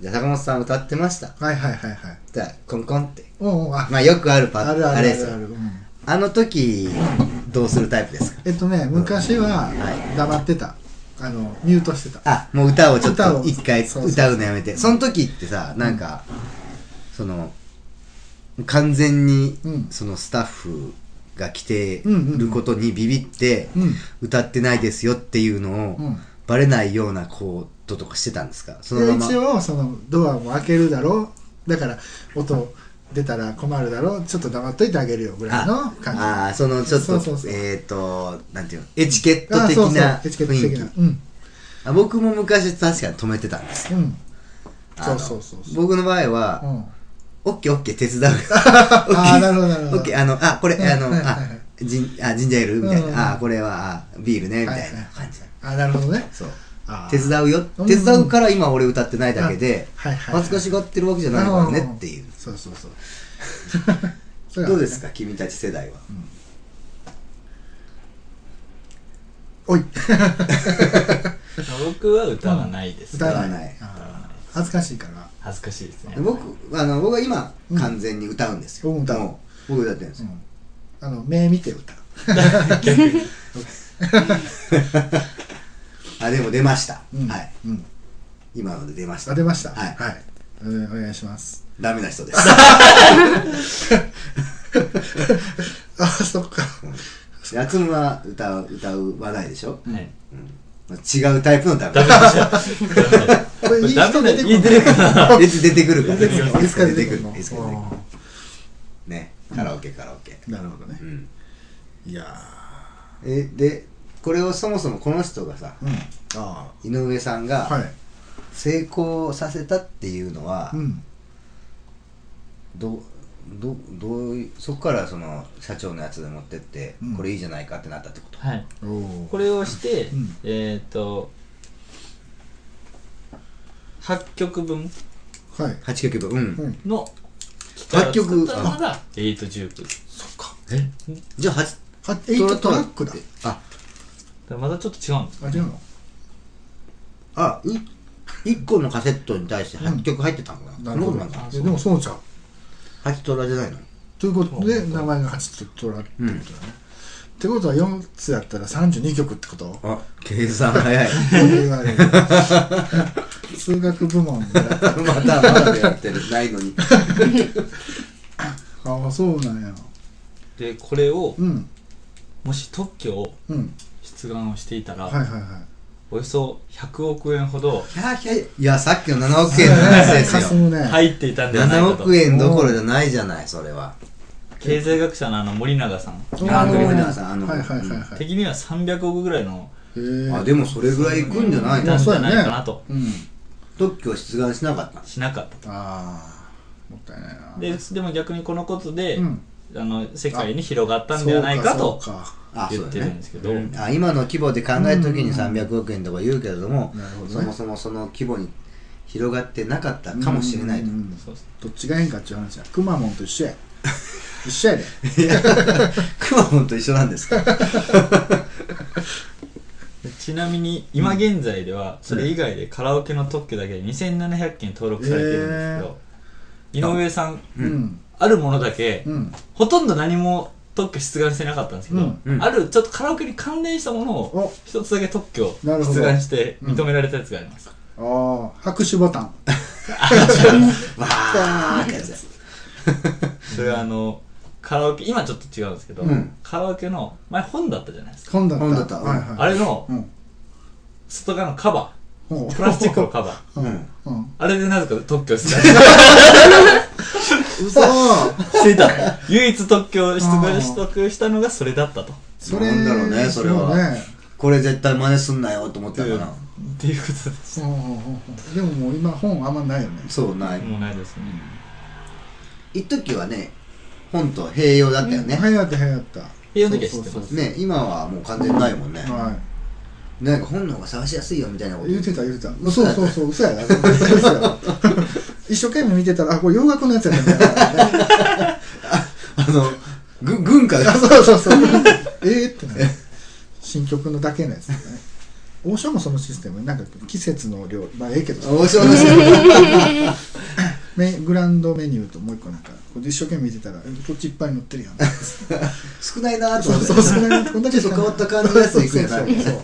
Speaker 1: じゃあ坂本さん歌ってました
Speaker 2: はいはいはいはい
Speaker 1: じゃあコンコンって
Speaker 2: うんうんあ
Speaker 1: まあよくあるパ
Speaker 2: あ
Speaker 1: ーティ
Speaker 2: る
Speaker 1: ー
Speaker 2: あるあ
Speaker 1: あ
Speaker 2: る
Speaker 1: れ
Speaker 2: あ
Speaker 1: です
Speaker 2: る
Speaker 1: よ
Speaker 2: うん
Speaker 1: あの時どうするタイプですか
Speaker 2: えっとね昔は
Speaker 1: は
Speaker 2: 黙ってたあのミュートしてた
Speaker 1: あもう歌をちょっ
Speaker 2: 歌を
Speaker 1: と一回
Speaker 2: そうそう
Speaker 1: 歌うのやめてその時ってさなんか、その完全に
Speaker 2: うん
Speaker 1: そのスタッフが来て
Speaker 2: うんうんうん
Speaker 1: ることにビビって
Speaker 2: うん
Speaker 1: 歌ってないですよっていうの
Speaker 2: う
Speaker 1: を
Speaker 2: ん
Speaker 1: バレないようなこととかしてたんですかその
Speaker 2: で
Speaker 1: まま
Speaker 2: 一応そのドアも開けるだろうだから音出たら困るだろうちょっと黙っといてあげるよぐらいの感
Speaker 1: ああそのちょっ
Speaker 2: そ
Speaker 1: と
Speaker 2: うそうそう
Speaker 1: えっ、となんていうのエチケッ
Speaker 2: じあ
Speaker 1: ト的
Speaker 2: そうそう
Speaker 1: な
Speaker 2: エチケット
Speaker 1: 雰囲
Speaker 2: 的
Speaker 1: 気
Speaker 2: なうん
Speaker 1: あ僕も昔確かに止めてたんですよ
Speaker 2: うん
Speaker 1: あの
Speaker 2: そうそうそうそう
Speaker 1: 僕の場合は、
Speaker 2: うん
Speaker 1: オッケーオッケー手伝う
Speaker 2: あー なるほどなるほど
Speaker 1: オッケーあのあこれ、
Speaker 2: うん
Speaker 1: あの、
Speaker 2: はいはい
Speaker 1: あ
Speaker 2: はい
Speaker 1: ジンあジンジャーエールみたいな、
Speaker 2: うん
Speaker 1: あこれはあビールねみたい
Speaker 2: はい
Speaker 1: な
Speaker 2: はい
Speaker 1: 感じ、
Speaker 2: あなるほどね
Speaker 1: そう
Speaker 2: あー
Speaker 1: 手伝うよ
Speaker 2: うん
Speaker 1: 手伝うから今俺歌ってないだけで
Speaker 2: はいはい
Speaker 1: 恥ずかし
Speaker 2: が
Speaker 1: がってるわけじゃないからねっていう
Speaker 2: そうそう そうそれは
Speaker 1: どうですか君たち世代は
Speaker 2: おい
Speaker 3: 僕は歌わないです
Speaker 2: 歌わ
Speaker 1: 歌わな
Speaker 2: ないいあー恥ずかしいから
Speaker 3: 恥ずかしいですね
Speaker 1: 僕あの僕は今
Speaker 2: うん
Speaker 1: 完全に歌うんですよ、
Speaker 2: うん歌う
Speaker 1: もう僕歌ってるんです
Speaker 2: う
Speaker 1: よ、
Speaker 2: んあの目見て歌う
Speaker 3: 逆に
Speaker 1: あでも出ました、
Speaker 2: うん
Speaker 1: はい
Speaker 2: うん
Speaker 1: 今ので出ました
Speaker 2: あ出ました
Speaker 1: はい
Speaker 2: はいうんお願いします
Speaker 1: ダメな人です
Speaker 2: あそっか
Speaker 1: やつむは歌う歌う話題でしょ、
Speaker 3: はい
Speaker 1: 違うタイプ のダメ
Speaker 3: ダメでしたダメ
Speaker 2: これいい人出てくる
Speaker 3: ダメだいい出てくる
Speaker 1: いつ出てくるから
Speaker 2: 出てくる
Speaker 1: いつか出てくる
Speaker 2: の
Speaker 1: いつか出てくるねカラオケカラオケ
Speaker 2: なるほどね
Speaker 1: うん
Speaker 2: いや
Speaker 1: えでこれをそもそもこの人がさ
Speaker 2: ーうんあ
Speaker 1: 井上さん
Speaker 2: あは
Speaker 1: が
Speaker 2: い
Speaker 1: 成功させたっていうのは、
Speaker 2: うん
Speaker 1: どどどういうそこからその社長のやつで持ってって、
Speaker 2: うん
Speaker 1: これいいじゃないかってなったってこと
Speaker 3: はい
Speaker 2: おお
Speaker 3: これをして、
Speaker 2: うん
Speaker 3: えっ、と8曲分
Speaker 2: はい
Speaker 1: 8曲分うん、
Speaker 2: うん
Speaker 3: の機械を作ったの
Speaker 1: 楽
Speaker 3: が8と19
Speaker 2: そっか
Speaker 1: えじゃあ8
Speaker 2: あエイトトラックだ
Speaker 1: あ
Speaker 3: だからまたちょっと違うんです
Speaker 2: あ違うの
Speaker 1: あい1個のカセットに対して8曲入ってたのかな、
Speaker 2: なるほ
Speaker 1: そう
Speaker 2: ど
Speaker 1: なんだ
Speaker 2: いやでもそうじゃん
Speaker 1: 8トラじゃないの
Speaker 2: ということで名前が8とトラってことだねってことは4つやったら32曲ってこと
Speaker 1: あ計算早い
Speaker 2: 言われる数学部門で
Speaker 1: またまだやってるない のに
Speaker 2: ああそうなんや
Speaker 3: でこれを
Speaker 2: うん
Speaker 3: もし特許を
Speaker 2: うん
Speaker 3: 出願をしていたら、
Speaker 2: はいはいはい
Speaker 3: およそ100億円ほど
Speaker 1: いやいやいやさっきの7億円の話です
Speaker 2: かす
Speaker 1: よ
Speaker 2: むね、い、
Speaker 3: 入っていたんではないか
Speaker 1: 7
Speaker 3: と
Speaker 1: 億円どころじゃないじゃないそれは
Speaker 3: 経済学者のあの森永さん
Speaker 1: あ
Speaker 2: の
Speaker 1: の森永さんあの
Speaker 2: はいはいはいはい、へ
Speaker 3: 的には300億ぐらいの
Speaker 2: え
Speaker 1: あでもそれぐらいいくんじゃない
Speaker 3: な
Speaker 1: の
Speaker 3: んじ
Speaker 2: そう
Speaker 3: ゃ
Speaker 2: やね
Speaker 3: ないかなと、
Speaker 2: うん
Speaker 1: 特許を出願しなかったんです
Speaker 3: しなかったと
Speaker 2: ああもったいないな
Speaker 3: ででも逆にこのことで、
Speaker 2: うん
Speaker 3: あの世界に広がったんではないか
Speaker 2: そうかそ
Speaker 3: と
Speaker 2: うか
Speaker 1: あ
Speaker 3: 言ってるんですけど、
Speaker 1: うんあ今の規模で考えた時に300億円とか言うけれども、
Speaker 2: なるほどね
Speaker 1: そもそもその規模に広がってなかったかもしれないと、
Speaker 2: うんうんうん
Speaker 3: そうです
Speaker 2: どっちが変かっていう話やくまモンと一緒や一緒やで
Speaker 1: くまモンと一緒な んですか
Speaker 3: でちなみに今現在ではそれ以外でカラオケの特許だけで2700件登録されてるんですけど、井上さん
Speaker 2: うん
Speaker 3: あるものだけ、
Speaker 2: うん
Speaker 3: ほとんど何も特許出願してなかったんですけど、
Speaker 2: うん
Speaker 1: うん
Speaker 3: あるちょっとカラオケに関連したものを
Speaker 2: お
Speaker 3: 一つだけ特許を
Speaker 2: なるほど
Speaker 3: 出願して認められたやつがあります、
Speaker 2: ああ拍手ボタン
Speaker 1: わーってやつ
Speaker 3: それはあのカラオケ今ちょっと違うんですけど、
Speaker 1: うん
Speaker 3: カラオケの前本だったじゃないですか、
Speaker 2: 今度
Speaker 1: 今度だった
Speaker 2: はいはい
Speaker 3: あれの
Speaker 2: うん
Speaker 3: 外側のカバ
Speaker 2: ほう
Speaker 3: ープラスチックのカバー
Speaker 1: うん
Speaker 2: うん
Speaker 3: あれでなぜか特許出願
Speaker 2: 嘘
Speaker 3: していた 唯一特許を出願取得したのがそれだったとっ
Speaker 2: そ
Speaker 1: なんだろうねそれは
Speaker 2: ね
Speaker 1: これ絶対真似すんなよと思った
Speaker 3: て
Speaker 1: か
Speaker 3: いう
Speaker 1: ら
Speaker 3: っていうことです
Speaker 2: うんうんうんうんでももう今本あんまないよね
Speaker 1: そうない
Speaker 3: もうないですね
Speaker 1: 一時はね本と併用だったよね、
Speaker 2: はやったはやった
Speaker 3: 併用の時は知ってます
Speaker 2: そうそうそう
Speaker 1: ね今はもう完全にないもんね、
Speaker 2: はい
Speaker 1: なんか本の方が探しやすいよみたいなこと
Speaker 2: 言ってた言ってたそうそうそう嘘やな絶対嘘やな一生懸命見てたらあこれ洋楽のやつやったんだよ
Speaker 1: あのぐ軍歌 が
Speaker 2: あそうそうそうえーってなる新曲のだけのやつだね王将もそのシステムなんか季節の料理まあええけど
Speaker 1: 面白いですね
Speaker 2: メグランドメニューともう一個なんかこれ一生懸命見てたらえこっちいっぱい載ってるやん
Speaker 1: 少ないなー
Speaker 2: そ
Speaker 1: と
Speaker 2: う
Speaker 1: 思って
Speaker 2: そうそうこんだけ
Speaker 1: ちょっと変わった感じのやついくやな
Speaker 2: そうそうそうそう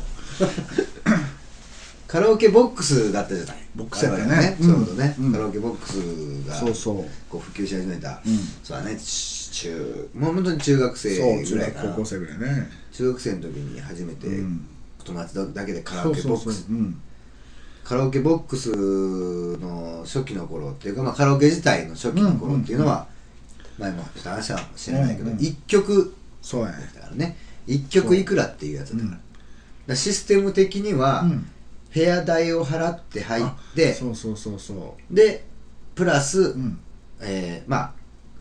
Speaker 1: カラオケボックスだったじゃない
Speaker 2: ボックスやったね
Speaker 1: 我々は
Speaker 2: うん
Speaker 1: そうだね、
Speaker 2: うん
Speaker 1: カラオケボックスが
Speaker 2: そうそう
Speaker 1: こう普及し始めた、
Speaker 2: うん
Speaker 1: そうだねち中もう本当に中学
Speaker 2: そう
Speaker 1: 生
Speaker 2: 中
Speaker 1: ぐらい
Speaker 2: 学
Speaker 1: か
Speaker 2: 高
Speaker 1: な
Speaker 2: 校生ぐらいね
Speaker 1: 中学生の時に初めて
Speaker 2: うん
Speaker 1: 友達だけでカラ
Speaker 2: そ
Speaker 1: オ
Speaker 2: う
Speaker 1: ケ
Speaker 2: そ
Speaker 1: ボ
Speaker 2: う
Speaker 1: ッ
Speaker 2: そ
Speaker 1: ク
Speaker 2: う
Speaker 1: ス
Speaker 2: うん
Speaker 1: カラオケボックスの初期の頃っていうか、まあ、カラオケ自体の初期の頃っていうのは、前もちょっと話したかもしれないけ
Speaker 2: う
Speaker 1: ど、
Speaker 2: んうん
Speaker 1: 一曲
Speaker 2: そうやね
Speaker 1: だからね一曲いくらっていうやつだから,、だからシステム的には、
Speaker 2: うん
Speaker 1: 部屋代を払って入って
Speaker 2: そうそうそうそ
Speaker 1: でプラス、
Speaker 2: ううん
Speaker 1: えーまあ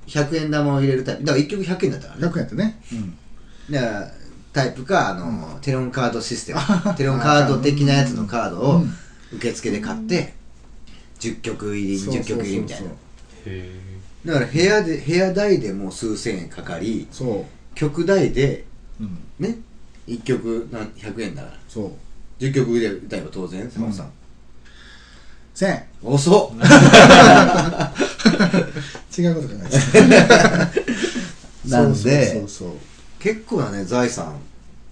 Speaker 1: 100円玉を入れるタイプだから1曲100円だったからね
Speaker 2: 楽やったねうん
Speaker 1: だからタイプかあの、テレオンカードシステムテレオンカード的なやつのカードを
Speaker 2: うん
Speaker 1: 受付で買って、10曲入り
Speaker 2: そうそう
Speaker 1: 20
Speaker 2: そう
Speaker 1: 曲入りみたいな
Speaker 3: へ
Speaker 1: だから部屋で部屋代でもう数千円かかり
Speaker 2: そう
Speaker 1: 曲代で
Speaker 2: うん
Speaker 1: ね1曲なん100円だから
Speaker 2: そう
Speaker 1: 10曲で歌えば当然坂本さん、
Speaker 2: せん
Speaker 1: 遅 っ
Speaker 2: 違うこと 考えてた
Speaker 1: なんで
Speaker 2: そうそうそう
Speaker 1: 結構なね財産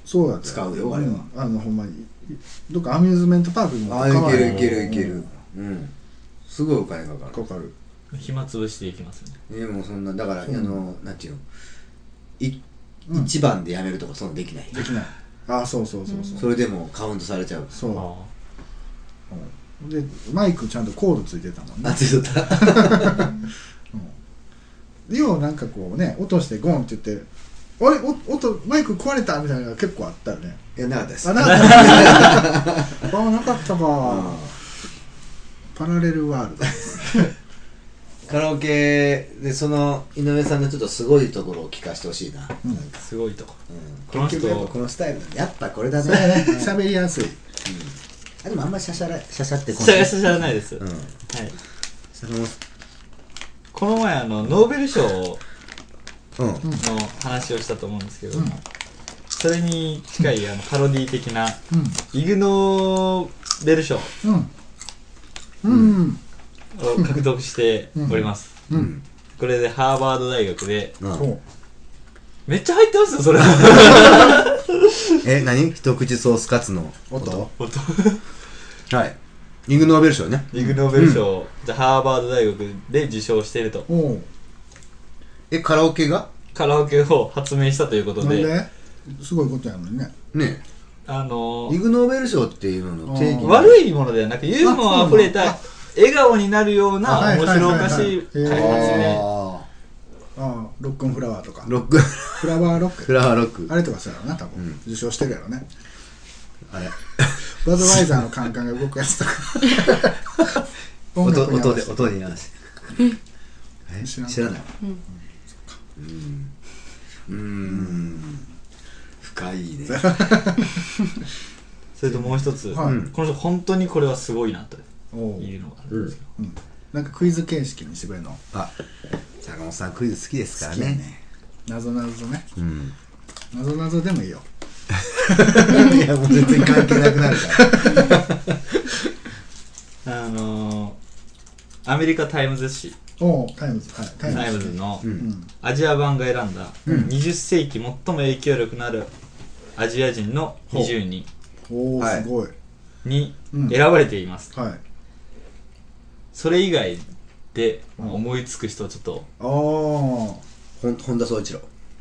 Speaker 2: そうだった
Speaker 1: 使うよあれは
Speaker 2: んあのほんまにどっかアミューズメントパークにも
Speaker 1: ああいける
Speaker 2: か
Speaker 1: いけるいけるうん、すごいお金かか
Speaker 2: かかる
Speaker 3: え暇つぶしていきますね
Speaker 1: るでもうそんなだから、
Speaker 2: うん
Speaker 1: あのなんていうのい、
Speaker 2: うん
Speaker 1: 一番でやめるとかそんなできない
Speaker 2: できないああそうそうそうそう
Speaker 1: それでもカウントされちゃう
Speaker 3: あ
Speaker 2: そううんでマイクちゃんとコールついてたもんね
Speaker 1: あついとった
Speaker 2: 要はなんかこうね落としてゴンって言って「あれお音マイク壊れた」みたいなのが結構あったよね
Speaker 1: いやなかったです
Speaker 2: あ
Speaker 1: あ
Speaker 2: なかったあなかったか
Speaker 1: あ
Speaker 2: パラレルワールド
Speaker 1: カラオケでその井上さんのちょっとすごいところを聞かせてほしいな、
Speaker 2: うん
Speaker 1: なん
Speaker 3: あ
Speaker 1: か
Speaker 3: すごいとこ
Speaker 1: う
Speaker 3: こ
Speaker 1: ん、
Speaker 3: の
Speaker 1: 結
Speaker 3: 人
Speaker 1: 局やっぱこのスタイルだねやっぱこれだ
Speaker 2: そうやね
Speaker 1: ね
Speaker 2: 喋りやすい
Speaker 1: あでもあんまりシャシャらシャシャってこ
Speaker 3: しゃしゃしゃないです、
Speaker 1: う
Speaker 3: は
Speaker 1: ん
Speaker 3: い
Speaker 1: それも
Speaker 3: この前あのノーベル賞の
Speaker 1: うん
Speaker 3: 話をしたと思うんですけども、それに近いあのパロディ的な
Speaker 2: う
Speaker 3: イグノーベル賞を
Speaker 2: んうんうん
Speaker 3: 獲得しております、
Speaker 2: うん
Speaker 3: これでハーバード大学で
Speaker 1: うん
Speaker 2: そう
Speaker 3: めっちゃ入ってますよそれ
Speaker 1: え何一口ソースカツの
Speaker 2: 音
Speaker 3: 本当
Speaker 1: はいイグ・ノーベル賞ね
Speaker 3: イグ・ノーベル賞を、じゃあハーバード大学で受賞していると
Speaker 2: おう
Speaker 1: えカラオケが
Speaker 3: カラオケを発明したということ
Speaker 2: なん
Speaker 3: で
Speaker 2: ですごいことやもんね
Speaker 1: ね
Speaker 3: あの
Speaker 1: イ
Speaker 3: ー、
Speaker 1: グ・ノーベル賞っていうのの定義が
Speaker 3: 悪いものではなくユーモアあふれ
Speaker 2: あ
Speaker 3: た笑顔になるよう
Speaker 2: あ
Speaker 3: な
Speaker 2: はい
Speaker 3: 面
Speaker 2: はいはい
Speaker 3: 白
Speaker 2: は
Speaker 3: お
Speaker 2: い
Speaker 3: かしい開発ね
Speaker 1: あ
Speaker 2: ああロックンフラワーとか
Speaker 1: ーロック
Speaker 2: フラワーロック
Speaker 1: フラワーロック
Speaker 2: あれとかそうやろな多分、
Speaker 1: うん
Speaker 2: 受賞してるやろね
Speaker 1: あれ
Speaker 2: バドワイザーのカンカンが動くやつとか音
Speaker 1: 音
Speaker 2: 楽に合
Speaker 1: 音
Speaker 2: わ
Speaker 1: で
Speaker 2: せて
Speaker 1: 音に合わせてえ
Speaker 2: 知らん
Speaker 1: 知らない
Speaker 4: うん
Speaker 1: うんうーん深いね
Speaker 3: それともう一つ、
Speaker 2: はい、
Speaker 1: うん
Speaker 3: この人本当にこれはすごいなと
Speaker 2: おう
Speaker 3: いうのがあるんですけど、
Speaker 2: うんなんかクイズ形式にしてくれるの好
Speaker 1: あ坂本さんクイズ好きですから
Speaker 2: きや
Speaker 1: ね
Speaker 2: ねなぞなぞね
Speaker 1: うん
Speaker 2: なぞなぞでもいいよ
Speaker 1: いやもう全然関係なくなるから
Speaker 3: あのー、アメリカタイムズ誌
Speaker 2: おうタイムズはいタ
Speaker 3: タイ
Speaker 2: イ
Speaker 3: ム
Speaker 2: ム
Speaker 3: ズ
Speaker 2: ズ
Speaker 3: の
Speaker 1: うん
Speaker 2: うん
Speaker 3: アジア版が選んだ
Speaker 1: うん
Speaker 3: 20世紀最も影響力のあるアジア人の20人
Speaker 2: おお、
Speaker 1: はい
Speaker 2: すごい
Speaker 3: に
Speaker 2: うん
Speaker 3: 選ばれています、
Speaker 2: はい
Speaker 3: それ以外で
Speaker 2: うん
Speaker 3: 思いつく人はちょっと
Speaker 2: あー
Speaker 1: ほん本田宗一郎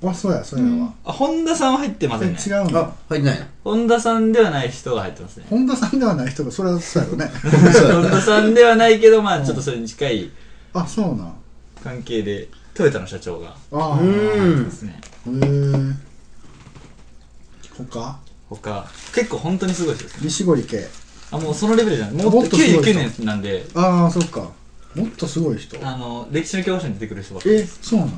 Speaker 2: あそうやそうやわ、
Speaker 3: あ本田さんは入ってま
Speaker 2: え
Speaker 3: せんね
Speaker 2: 違うの
Speaker 1: 入ってないの
Speaker 3: 本田さんではない人が入ってますね
Speaker 2: 本田さんではない人がそれはそうやろね
Speaker 3: 本田さんではないけどまあちょっとそれに近い
Speaker 2: あそうなん
Speaker 3: 関係でトヨタの社長が
Speaker 2: ああ
Speaker 1: うん
Speaker 3: ですね
Speaker 2: へー他
Speaker 3: 他結構本当にすごい人ですね
Speaker 2: 西堀圭
Speaker 3: あもうそのレベルじゃないも
Speaker 2: も
Speaker 3: っ
Speaker 2: っ
Speaker 3: と
Speaker 2: とすごい人
Speaker 3: 99年なんで
Speaker 2: ああそっかもっとすごい人
Speaker 3: あの歴史の教科書に出てくる人ばっかり
Speaker 2: えそうなの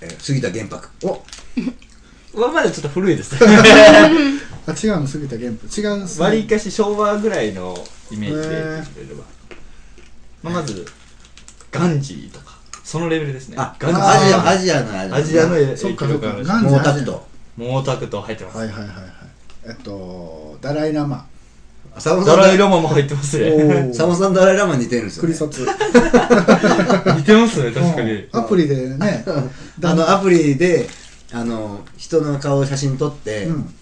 Speaker 1: えー杉田玄白
Speaker 2: お
Speaker 3: はまだちょっと古いですね
Speaker 2: あ違うの杉田玄武違う
Speaker 3: わり
Speaker 2: か
Speaker 3: かし昭和ぐらいのイメージで言ってくれれば、まあ、まずガンジーとかそのレベルですね
Speaker 1: あ
Speaker 3: ガンジ
Speaker 2: あ
Speaker 1: アジ
Speaker 2: ー
Speaker 1: アアジアのあれだ
Speaker 3: アジアの影
Speaker 2: そっ
Speaker 3: 響
Speaker 2: かそっ
Speaker 3: 力
Speaker 2: か
Speaker 3: ある
Speaker 2: ガンジ
Speaker 1: 毛
Speaker 2: ー
Speaker 1: 沢東
Speaker 3: 毛沢東入ってます、
Speaker 2: はいはいはいはいえっとダライラマ
Speaker 1: 坂本さ
Speaker 3: ド
Speaker 1: ん
Speaker 3: ライラマも入ってますね
Speaker 2: お
Speaker 1: 坂本さんとダライラマ似てるんですよ、
Speaker 2: クリ
Speaker 1: ね、
Speaker 2: ソツ
Speaker 3: 似てますね確か
Speaker 2: うん
Speaker 3: に
Speaker 2: アプリでね
Speaker 1: あのアプリであの人の顔を写真撮って、
Speaker 2: うん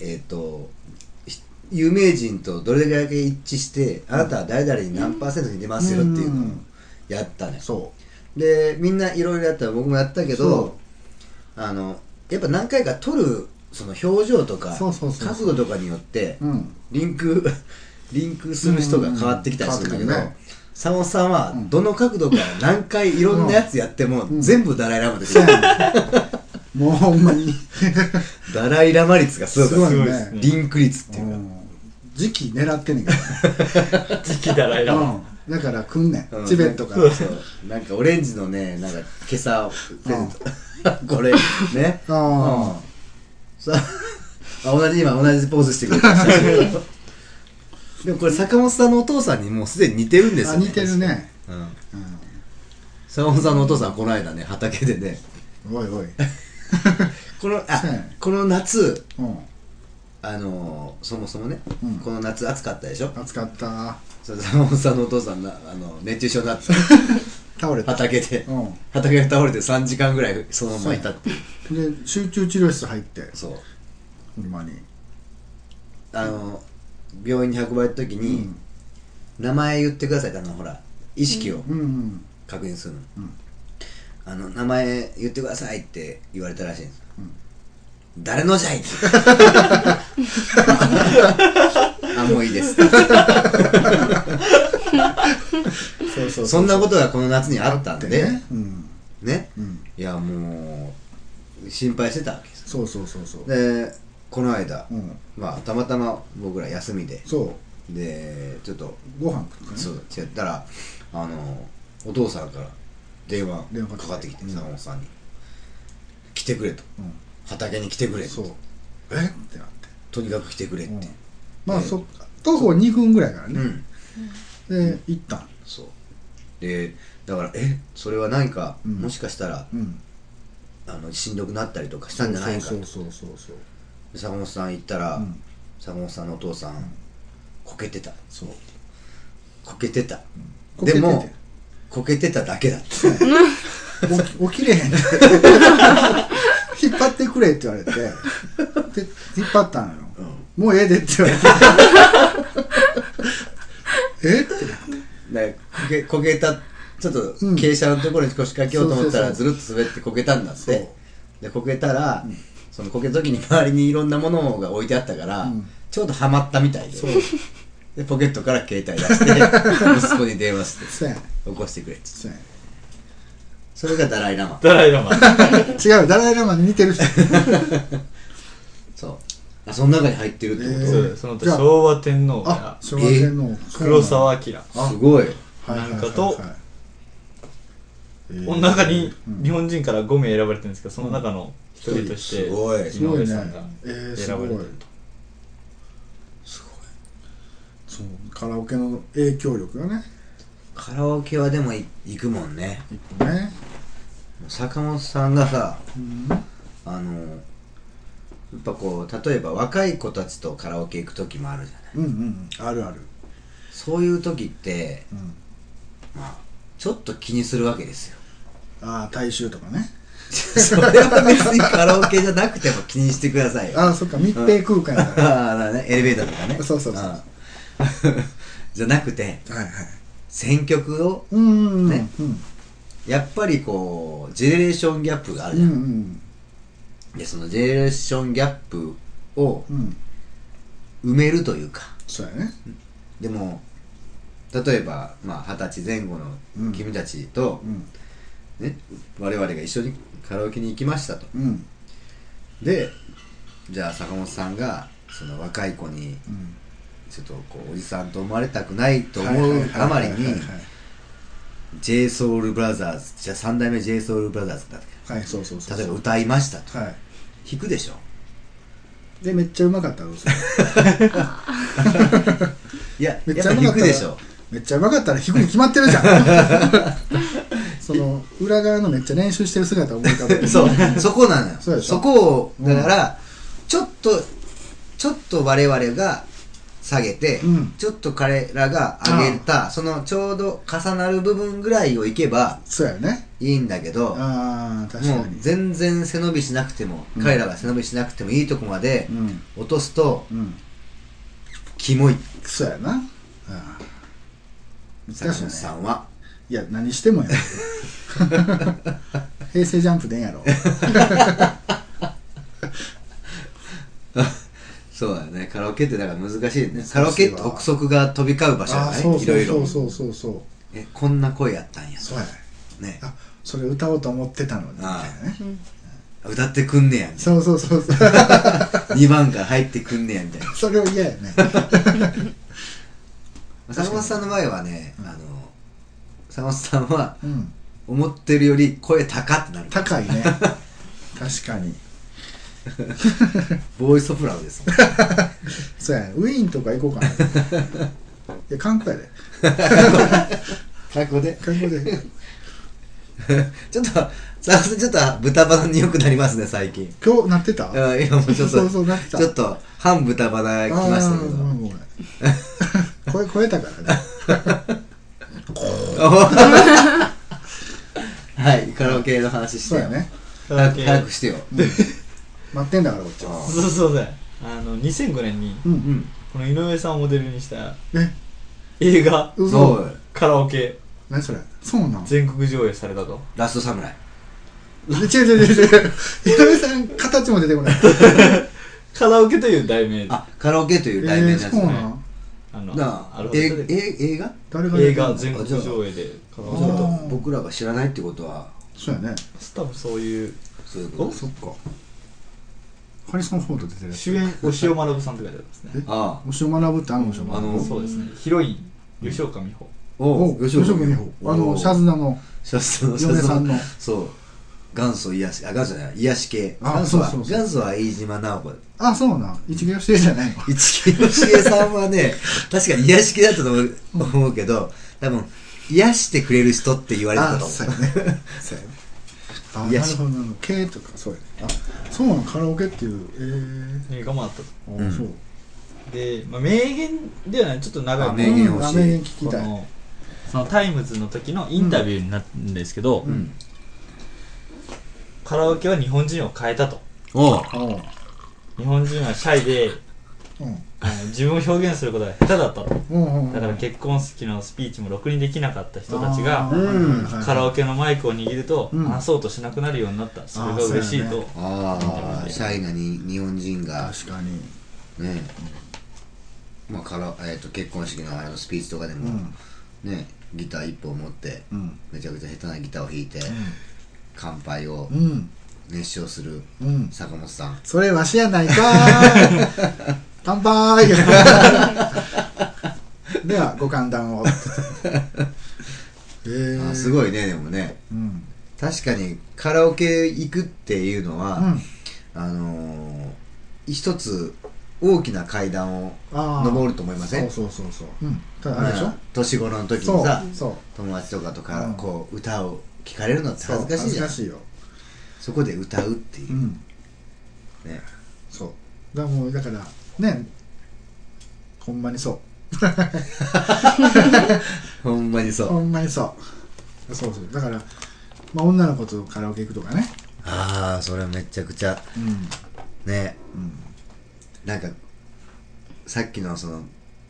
Speaker 1: えっ、とひ有名人とどれだけ一致して、あなたは誰々に何パーセントに出ますよっていうのをやったね。
Speaker 2: そ
Speaker 1: で、みんないろいろやった僕もやったけ
Speaker 2: そ
Speaker 1: ど、あの、やっぱ何回か撮る、その表情とか、
Speaker 2: そうそうそう
Speaker 1: 角度とかによって
Speaker 2: う、うん
Speaker 1: リンク、 リンクする人が変わってきたりするんだけど
Speaker 2: うん変わって、
Speaker 1: 佐野さんは
Speaker 2: うん
Speaker 1: どの角度から何回いろんなやつやっても
Speaker 2: うん
Speaker 1: 全部ダライラマです
Speaker 2: そう
Speaker 1: よ
Speaker 2: や。ねんもうほんまに
Speaker 1: ダライラマ率がすごかった
Speaker 2: すごい
Speaker 3: ですね
Speaker 1: リンク率っていううん
Speaker 2: 時期狙ってんねんか
Speaker 3: 時期だらい
Speaker 2: ら、
Speaker 3: ら、
Speaker 2: うん、だから来んね
Speaker 1: か。うん
Speaker 2: んチベットか
Speaker 1: そ
Speaker 2: ら
Speaker 1: うそうなんかオレンジのね、なんか今朝、プレゼント これ、ね。
Speaker 2: あ
Speaker 1: さ あ、同じ、今同じポーズしてくれた。 でもこれ坂本さんのお父さんにもうすでに似てるんです
Speaker 2: あ
Speaker 1: よね。
Speaker 2: 似てる。ね、
Speaker 1: うん。
Speaker 2: う
Speaker 1: 坂本さんのお父さんはこの間ね、畑でね、
Speaker 2: ん、おいおい、
Speaker 1: この、あ
Speaker 2: そうやね、
Speaker 1: この夏、
Speaker 2: う
Speaker 1: あのーそもそもね、
Speaker 2: うん
Speaker 1: この夏暑かったでしょ
Speaker 2: ん、暑かった
Speaker 1: それ坂本さんのお父さんなあの熱中症になってた
Speaker 2: 倒れた
Speaker 1: 畑で
Speaker 2: うん
Speaker 1: 畑で倒れて3時間ぐらいそのままいたっていう
Speaker 2: で集中治療室入って
Speaker 1: そう
Speaker 2: ほんまに、
Speaker 1: あのー病院に運ばれた時
Speaker 2: う
Speaker 1: に、
Speaker 2: ん、
Speaker 1: 名前言ってくださいってあのほら意識を
Speaker 2: うんうん
Speaker 1: 確認するの、
Speaker 2: うん
Speaker 1: あの名前言ってくださいって言われたらしいんです、
Speaker 2: うん
Speaker 1: 誰のじ ゃいってあもういいです
Speaker 2: そうそう
Speaker 1: そんなことがこの夏にあったん
Speaker 2: と
Speaker 1: で
Speaker 2: ねうん
Speaker 1: ね
Speaker 2: うん
Speaker 1: いやもう心配してたわけです
Speaker 2: そうそうそうそう
Speaker 1: でこの間、
Speaker 2: うん
Speaker 1: まあたまたま僕ら休みで
Speaker 2: そ
Speaker 1: でちょっと
Speaker 2: うご飯食ってね
Speaker 1: そう違ったらあのお父さんから電話
Speaker 2: 電話かかってき
Speaker 1: か
Speaker 2: て
Speaker 1: かってきて
Speaker 2: うん
Speaker 1: 坂本さんに「来てくれ」と
Speaker 2: うん
Speaker 1: 「畑に来てくれ」
Speaker 2: そう
Speaker 1: と
Speaker 2: えってなって
Speaker 1: 「とにかく来てくれ」っ
Speaker 2: うん
Speaker 1: て
Speaker 2: まあ
Speaker 1: で
Speaker 2: そっか徒歩2分ぐらいから
Speaker 1: うん、
Speaker 2: ねで行ったん
Speaker 1: そうでだからえそれは何か、
Speaker 2: うん
Speaker 1: もしかしたら
Speaker 2: うん
Speaker 1: あのしんどくなったりとかしたんじゃないかと
Speaker 2: そうそうそうそう
Speaker 1: で坂本さん行ったら、
Speaker 2: うん
Speaker 1: 坂本さんのお父さん、こけてた
Speaker 2: そう
Speaker 1: こけてた、
Speaker 2: こけ
Speaker 1: で
Speaker 2: てて
Speaker 1: もこけてただけだって
Speaker 2: お起きれへん 引っ張ってくれって言われてで引っ張ったのよ、もうええでって言われて えって
Speaker 1: ねこけこけたちょっ
Speaker 2: うん
Speaker 1: と傾斜のところに腰掛けようと思ったら、
Speaker 2: そうそ
Speaker 1: ずるっと滑ってこけたんだっ
Speaker 2: そう
Speaker 1: てでこけたら、そのこけた時に周りにいろんなものが置いてあったから、
Speaker 2: うん
Speaker 1: ちょうどはまったみたいででポケットから携帯出して 息子に電話して
Speaker 2: そうやね
Speaker 1: 起こしてくれって
Speaker 2: そうやね
Speaker 1: それがダライ・ラマ
Speaker 3: だらいらま
Speaker 2: 違うよダライラマに似てる 人
Speaker 1: そうあその中に入ってるってこ
Speaker 2: え
Speaker 1: と、
Speaker 3: そうその
Speaker 2: じゃあ
Speaker 3: 昭和天皇
Speaker 2: あ
Speaker 3: や
Speaker 2: 昭和天皇
Speaker 3: 黒澤明
Speaker 2: あ
Speaker 1: すご
Speaker 2: は
Speaker 1: い
Speaker 2: いはいはいはい
Speaker 3: なんかと
Speaker 2: えー
Speaker 3: この中に
Speaker 2: うん
Speaker 3: 日本人から5名選ばれてるんですけどその中の一人として
Speaker 1: すごい
Speaker 2: すご
Speaker 3: 井
Speaker 2: いね
Speaker 3: 上さんが
Speaker 2: えー、す
Speaker 3: 選
Speaker 2: ご
Speaker 3: ば
Speaker 2: い
Speaker 3: れてる
Speaker 2: すごいそうカラオケの影響力がね
Speaker 1: カラオケはでもい行くもんね
Speaker 2: 一個ね
Speaker 1: 坂本さんがさ
Speaker 2: うん
Speaker 1: あのやっぱこう例えば若い子たちとカラオケ行く時もあるじゃない
Speaker 2: うんうんうんあるある
Speaker 1: そういう時って
Speaker 2: うん
Speaker 1: ちょっと気にするわけで すよ
Speaker 2: ああ大衆とかね
Speaker 1: それは別にカラオケじゃなくても気にしてくださいよあ
Speaker 2: ああそっか密閉空間だから
Speaker 1: あだねエレベーターとかね
Speaker 2: そうそうそう
Speaker 1: ああ じゃなくて
Speaker 2: はいはい
Speaker 1: 選曲を
Speaker 2: うんうんうん
Speaker 1: ねやっぱりこうジェネレーションギャップがあ
Speaker 2: う
Speaker 1: る
Speaker 2: ん
Speaker 1: じ
Speaker 2: う
Speaker 1: ゃん、
Speaker 2: ん
Speaker 1: でそのジェネレーションギャップを
Speaker 2: うん
Speaker 1: 埋めるというか
Speaker 2: そうやね
Speaker 1: でも例えばまあ二十歳前後
Speaker 2: う
Speaker 1: の
Speaker 2: ん
Speaker 1: 君たちと、
Speaker 2: うん
Speaker 1: ね、我々が一緒にカラオケに行きましたと
Speaker 2: うん
Speaker 1: でじゃあ坂本さんがその若い子に
Speaker 2: うん
Speaker 1: ちょっとこうおじさんと思われたくないと思うあまりに
Speaker 2: はいはいはいはい
Speaker 1: j s o u l b r o t h e r s じゃあ3代目 j s o u l b r o t h e r s だっ
Speaker 2: はいそうそうそ
Speaker 1: た
Speaker 2: う
Speaker 1: 例えば歌いましたと
Speaker 2: は
Speaker 1: 弾くでしょ
Speaker 2: いでめっちゃうまかったらどうする
Speaker 1: いや
Speaker 2: めっ
Speaker 1: やっ
Speaker 2: ちゃ
Speaker 1: ぱ
Speaker 2: うまかった
Speaker 1: 弾く
Speaker 2: ら
Speaker 1: でしょ
Speaker 2: めっちゃうまかったら弾くに決まってるじゃ んその裏側のめっちゃ練習してる姿を思い浮かべて
Speaker 1: そうそこなのよ
Speaker 2: そうでしょ
Speaker 1: こを
Speaker 2: うん
Speaker 1: だから、ちょっとちょっと我々が下げて、
Speaker 2: うん
Speaker 1: ちょっと彼らが上げたそのちょうど重なる部分ぐらいをいけば
Speaker 2: そうやね
Speaker 1: いいんだけども
Speaker 2: ああ確か
Speaker 1: う
Speaker 2: に
Speaker 1: 全然背伸びしなくても、
Speaker 2: うん
Speaker 1: 彼らが背伸びしなくてもいいとこまで
Speaker 2: うん
Speaker 1: 落とすと
Speaker 2: うん
Speaker 1: キモい。
Speaker 2: そうやな。うん。難
Speaker 1: 坂
Speaker 2: しい
Speaker 1: 本
Speaker 2: ね。
Speaker 1: さんは。
Speaker 2: いや、何して もや。平成ジャンプでんやろ。
Speaker 1: そうだね。カラオケってだから難しい
Speaker 2: 難
Speaker 1: ね
Speaker 2: しい。わ
Speaker 1: カラオケって憶測が飛び交う場所じゃ
Speaker 2: あ
Speaker 1: な
Speaker 2: ーそう
Speaker 1: いいろい
Speaker 2: そ
Speaker 1: ろ
Speaker 2: う。そうそうそうそう。
Speaker 1: え、こんな声やったんや。
Speaker 2: そうやね。
Speaker 1: ね。
Speaker 2: あ、それ歌おうと思ってたのに。みたい
Speaker 1: ああ
Speaker 2: なね。
Speaker 1: 歌ってくんねや、みたい
Speaker 2: そうそうそう そう。
Speaker 1: な。2番から入ってくんねや、みたいな。
Speaker 2: それを嫌やね。
Speaker 1: 坂本さんの場合はね、あの、坂本さんは
Speaker 2: うん。
Speaker 1: 思ってるより声高ってなる。
Speaker 2: 高いね。確かに。
Speaker 1: ボーイソプラノですもん。
Speaker 2: そうやね。ウィーンとか行こうかな。いや、韓国やで。
Speaker 1: 最高で。
Speaker 2: 韓国で。
Speaker 1: ちょっと、坂本さんちょっと豚バナに良くなりますね、最近。
Speaker 2: 今日なってた
Speaker 1: あー今もうちょっ
Speaker 2: そう
Speaker 1: と、
Speaker 2: そうなってた
Speaker 1: ちょっと、半豚バナ来ましたけ
Speaker 2: あーごめんご
Speaker 1: ど。
Speaker 2: めん声超えたからね。
Speaker 1: はい、カラオケの話して
Speaker 2: そうや
Speaker 1: よ。
Speaker 2: ね。
Speaker 3: カ
Speaker 1: 早
Speaker 3: ラオ
Speaker 1: く
Speaker 3: ケ
Speaker 1: 早くしてよ。
Speaker 2: 待ってんだからこっちは。
Speaker 3: そうそうだよあの2005年に
Speaker 2: うん。
Speaker 1: うん。
Speaker 3: この井上さんをモデルにした
Speaker 2: え、
Speaker 3: 映画
Speaker 1: そ
Speaker 2: 嘘。
Speaker 1: う。
Speaker 3: カラオケ
Speaker 2: 何それ。そうなん。で、
Speaker 3: 全国上映されたと
Speaker 1: ラストサムライ。
Speaker 2: 違う違う違う違う。井上さん、形も出てこない。
Speaker 3: カラオケという題名であ
Speaker 1: あ、カラオケという題
Speaker 2: え
Speaker 1: 名
Speaker 2: ー、
Speaker 1: なんです
Speaker 2: そう
Speaker 1: ね。
Speaker 2: なん。
Speaker 3: の
Speaker 1: な
Speaker 3: ア
Speaker 1: あ
Speaker 3: ル、ファ
Speaker 1: え
Speaker 3: ベットで
Speaker 1: え映画
Speaker 2: 誰が出て
Speaker 3: 映
Speaker 2: んの
Speaker 3: 画全国上映でカラ
Speaker 1: ちょっ
Speaker 3: オ
Speaker 1: と
Speaker 2: あー
Speaker 1: 僕らが知らないってことは、
Speaker 2: そうやね。
Speaker 3: ケスタもそういう
Speaker 1: そういうことです
Speaker 2: そっか。ハリソン・フォード出てるやつ。
Speaker 3: 主演押尾学さんって書いてありますね
Speaker 1: ああ。
Speaker 2: おし学ぶってあのおし学ぶ。
Speaker 1: あの
Speaker 3: そうですねヒロイン吉岡美穂
Speaker 1: お
Speaker 2: お
Speaker 1: う
Speaker 2: 吉岡美穂。あの、シャ。ズナの
Speaker 1: シャズの、シャ
Speaker 2: 嫁
Speaker 1: ズ
Speaker 2: さん
Speaker 1: の。
Speaker 2: の。
Speaker 1: そう。元祖癒し、あ、元祖じゃない、癒し系。
Speaker 2: あ
Speaker 1: 元祖は、
Speaker 2: そうそうそう
Speaker 1: 元祖は飯島直子。
Speaker 2: あ、そうなん。一芸してるじゃないの。
Speaker 1: 一木しげさん はね、確かに癒し系だったと思う思うけど、多分、癒してくれる人って言われてた
Speaker 2: あ、
Speaker 1: と思
Speaker 2: そう
Speaker 1: う。
Speaker 2: や ね。そうやね。あ、
Speaker 1: いや
Speaker 2: なるほどなるほど。K とか、そうやね。あ、そうなん、カラオケっていう。え
Speaker 3: 映画もあったと
Speaker 2: え
Speaker 1: うん
Speaker 2: あ、そう。
Speaker 3: で、まあ、名言ではないちょっと長い
Speaker 1: あ名言
Speaker 2: を
Speaker 1: 欲しい
Speaker 2: 名言聞き
Speaker 3: こ
Speaker 2: たい。
Speaker 3: のそのタイムズの時のインタビューになるんですけど、
Speaker 1: うん。
Speaker 3: カラオケは日本人を変えたと
Speaker 1: おう。
Speaker 2: おう
Speaker 3: 日本人はシャイで
Speaker 2: うん。
Speaker 3: あの自分を表現することが下手だったと
Speaker 2: うんうんうん。
Speaker 3: だから結婚式のスピーチもろくにできなかった人たちが
Speaker 2: あー
Speaker 1: うん
Speaker 2: はいはい
Speaker 3: カラオケのマイクを握ると
Speaker 2: うん
Speaker 3: 話そうとしなくなるようになったそれが嬉しい
Speaker 2: あー
Speaker 3: と
Speaker 2: そう
Speaker 1: ああ、シャイなに日本人が、
Speaker 2: 確かに。
Speaker 1: ね、まあ、から、えっと、結婚式のあのスピーチとかで
Speaker 2: う
Speaker 1: も、
Speaker 2: ん。
Speaker 1: ね、ギター一本持って、
Speaker 2: うん。
Speaker 1: めちゃくちゃ下手なギターを弾いて、乾杯を
Speaker 2: うん。
Speaker 1: 熱唱する
Speaker 2: うん。
Speaker 1: 坂本さん。
Speaker 2: それわしやないか ーい乾杯 ではご歓談 をえー
Speaker 1: あすごいね、でもね。
Speaker 2: うん
Speaker 1: 確かにカラオケ行くっていうのは、
Speaker 2: うん
Speaker 1: あのー、一つ大きな階段を
Speaker 2: あー
Speaker 1: 登ると思いません
Speaker 2: そうそうそうそううんただあれでし
Speaker 1: まあ年頃の時
Speaker 2: ょ
Speaker 1: にさ
Speaker 2: そう
Speaker 1: 友達とかとか
Speaker 2: うん
Speaker 1: こう歌を聞かれるのって
Speaker 2: そう
Speaker 1: 恥ずかしいじゃん
Speaker 2: 恥ずかしいよ
Speaker 1: そこで歌うっていうう、
Speaker 2: ん
Speaker 1: ね
Speaker 2: そうだからもうだからねほんまにそ
Speaker 1: ほんまにそうう
Speaker 2: ほんまにそうそうそうだからまあ女の子とカラオケ行くとかね
Speaker 1: ああそれめちゃくちゃ
Speaker 2: うん
Speaker 1: ね
Speaker 2: うん
Speaker 1: なんかさっきのその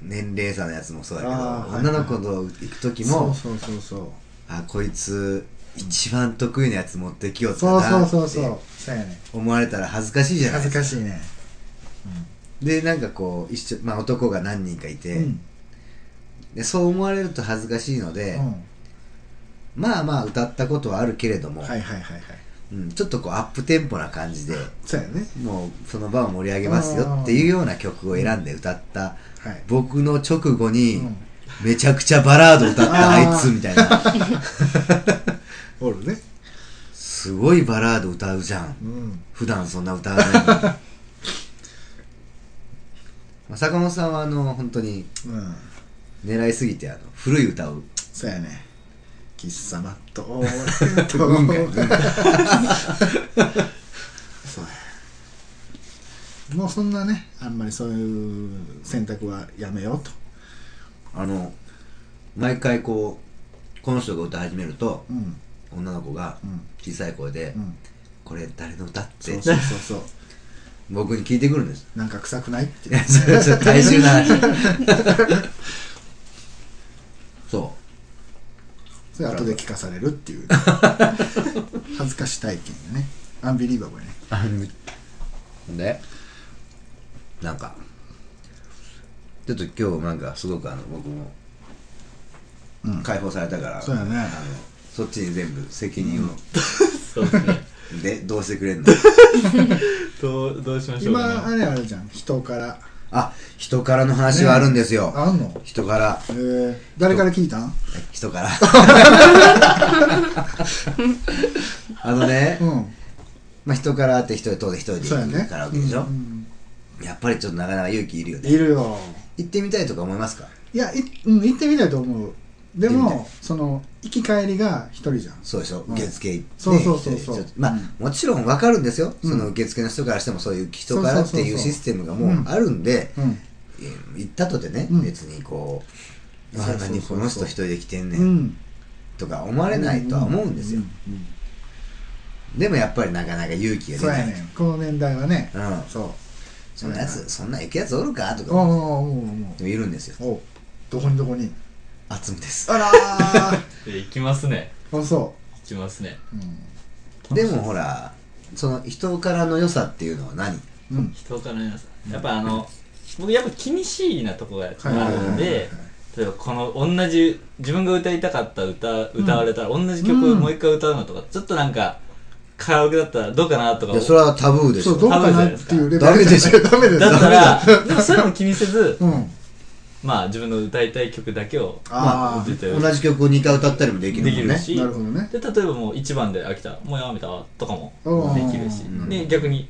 Speaker 1: 年齢差のやつもそうだけど
Speaker 2: あー
Speaker 1: 女の子と行く時も、
Speaker 2: そうそうそうそう
Speaker 1: あこいつ一番得意なやつ持ってきよった
Speaker 2: そう
Speaker 1: な
Speaker 2: そう
Speaker 1: っ
Speaker 2: そうそう
Speaker 1: て
Speaker 2: そうやね
Speaker 1: 思われたら恥ずかしいじゃない
Speaker 2: 恥
Speaker 1: で
Speaker 2: ず
Speaker 1: すか
Speaker 2: かしいね
Speaker 1: でなんかこう一緒、まあ、男が何人かいて、
Speaker 2: うん
Speaker 1: でそう思われると恥ずかしいので、
Speaker 2: う
Speaker 1: まあまあ歌ったことはあるけれども、
Speaker 2: ん、はいはいはいはい
Speaker 1: うん、ちょっとこうアップテンポな感じで
Speaker 2: そうやね
Speaker 1: もうその場を盛り上げますよっていうような曲を選んで歌った
Speaker 2: はい
Speaker 1: 僕の直後に、
Speaker 2: うん
Speaker 1: めちゃくちゃバラード歌ったあいつみたいな
Speaker 2: おるね
Speaker 1: すごいバラード歌うじゃん
Speaker 2: うん
Speaker 1: 普段そんな歌わないのにまあ坂本さんはあの本当に
Speaker 2: うん
Speaker 1: 狙いすぎてあの古い歌を
Speaker 2: そうやね喫茶マット
Speaker 1: う
Speaker 2: と
Speaker 1: んかいうんかい
Speaker 2: そうやもうそんなねあんまりそういう選択はやめようと
Speaker 1: あの毎回こうこの人が歌い始めると
Speaker 2: うん
Speaker 1: 女の子が
Speaker 2: うん
Speaker 1: 小さい声で
Speaker 2: うん
Speaker 1: 「これ誰の歌?」って
Speaker 2: そうそうそうそう
Speaker 1: 僕に聞いてくるんです。
Speaker 2: なんか臭くないって
Speaker 1: いや、それ、それ、大衆な 話。そ
Speaker 2: それ後で聞かされるっていう恥ずかし体験がねアンビリーバブルね
Speaker 1: う。 で、なんか、ちょっと今日なんかすごくあの、僕も
Speaker 2: うん
Speaker 1: 解放されたから、
Speaker 2: そうやね
Speaker 1: あの、そっちに全部責任を、
Speaker 3: そうですね。
Speaker 1: で、どうしてくれ んの
Speaker 3: どう、どうしましょう
Speaker 2: 今
Speaker 3: か
Speaker 2: あ
Speaker 3: ね。
Speaker 2: れあれじゃん人から
Speaker 1: あ、人からの話はあるんですよ。
Speaker 2: あんの
Speaker 1: 人から、
Speaker 2: えー、誰から聞いたん
Speaker 1: 人 から。あのね、
Speaker 2: うん
Speaker 1: まあ、人から会って一人当然一人で
Speaker 2: そうや
Speaker 1: 行
Speaker 2: ね
Speaker 1: くカラオケでしょ、
Speaker 2: うん
Speaker 1: やっぱりちょっとなかなか勇気いるよ
Speaker 2: うんい
Speaker 1: ね
Speaker 2: るよ
Speaker 1: 行ってみたいとか思いますか
Speaker 2: いやい、うん、行ってみたいと思うで
Speaker 1: 行ってみ
Speaker 2: もその行き帰りが一人じゃん
Speaker 1: そうでしょ
Speaker 2: うん
Speaker 1: 受付行って、
Speaker 2: そうそうそうそう
Speaker 1: 一人でちょっとまあ、
Speaker 2: うん
Speaker 1: もちろん分かるんですよ、
Speaker 2: うん
Speaker 1: その受付の人からしてもそういう人からっていう
Speaker 2: そうそうそうそう
Speaker 1: システムがもうあるんで、
Speaker 2: うん
Speaker 1: えー行ったとてね、
Speaker 2: うん
Speaker 1: 別にこう「
Speaker 2: そう
Speaker 1: あ
Speaker 2: そうそう
Speaker 1: 何この人一人で来てんね
Speaker 2: うんん」
Speaker 1: とか思われないとは思うんですよ、
Speaker 2: うんうん
Speaker 1: でもやっぱりなかなか勇気が出
Speaker 2: そう
Speaker 1: な
Speaker 2: や
Speaker 1: い
Speaker 2: ねこの年代はね
Speaker 1: うん、
Speaker 2: そ
Speaker 1: そんなや
Speaker 2: そうや
Speaker 1: つそんな行くやつおるかと
Speaker 2: うおう
Speaker 1: か
Speaker 2: おうおう
Speaker 1: でもいるんですよ
Speaker 2: おうおうどこにどこに
Speaker 1: あつむです
Speaker 2: あらー
Speaker 3: え行きますね。
Speaker 2: あそ
Speaker 3: 行きますね。
Speaker 2: う
Speaker 1: でもほらその人からの良さっていうのは何
Speaker 2: うん、うん、
Speaker 3: 人からの皆さん。やっぱあの、僕やっぱ気にしいなとこがあるんで、例えばこの同じ自分が歌いたかった歌歌われたら同じ曲をもう一回歌うのとかちょっとなんかカラオケだったらどうかなとか
Speaker 1: いやそれはタブーでし
Speaker 2: そ
Speaker 1: ょ
Speaker 2: う、どうかなっていうレベルじゃないダメです。
Speaker 3: だったらでもそういうのも気にせず
Speaker 2: うん。
Speaker 3: まあ自分の歌いたい曲だけをま
Speaker 2: あ
Speaker 3: あ
Speaker 2: ー
Speaker 3: 出て
Speaker 1: 同じ曲を2回歌ったりもできるも
Speaker 3: でき
Speaker 1: ん
Speaker 3: る
Speaker 1: ね
Speaker 3: し
Speaker 2: なるほどね。
Speaker 3: で例えばもう1番で飽きたもうやめたわとかも
Speaker 2: おー
Speaker 3: できるし
Speaker 1: うん
Speaker 3: で逆に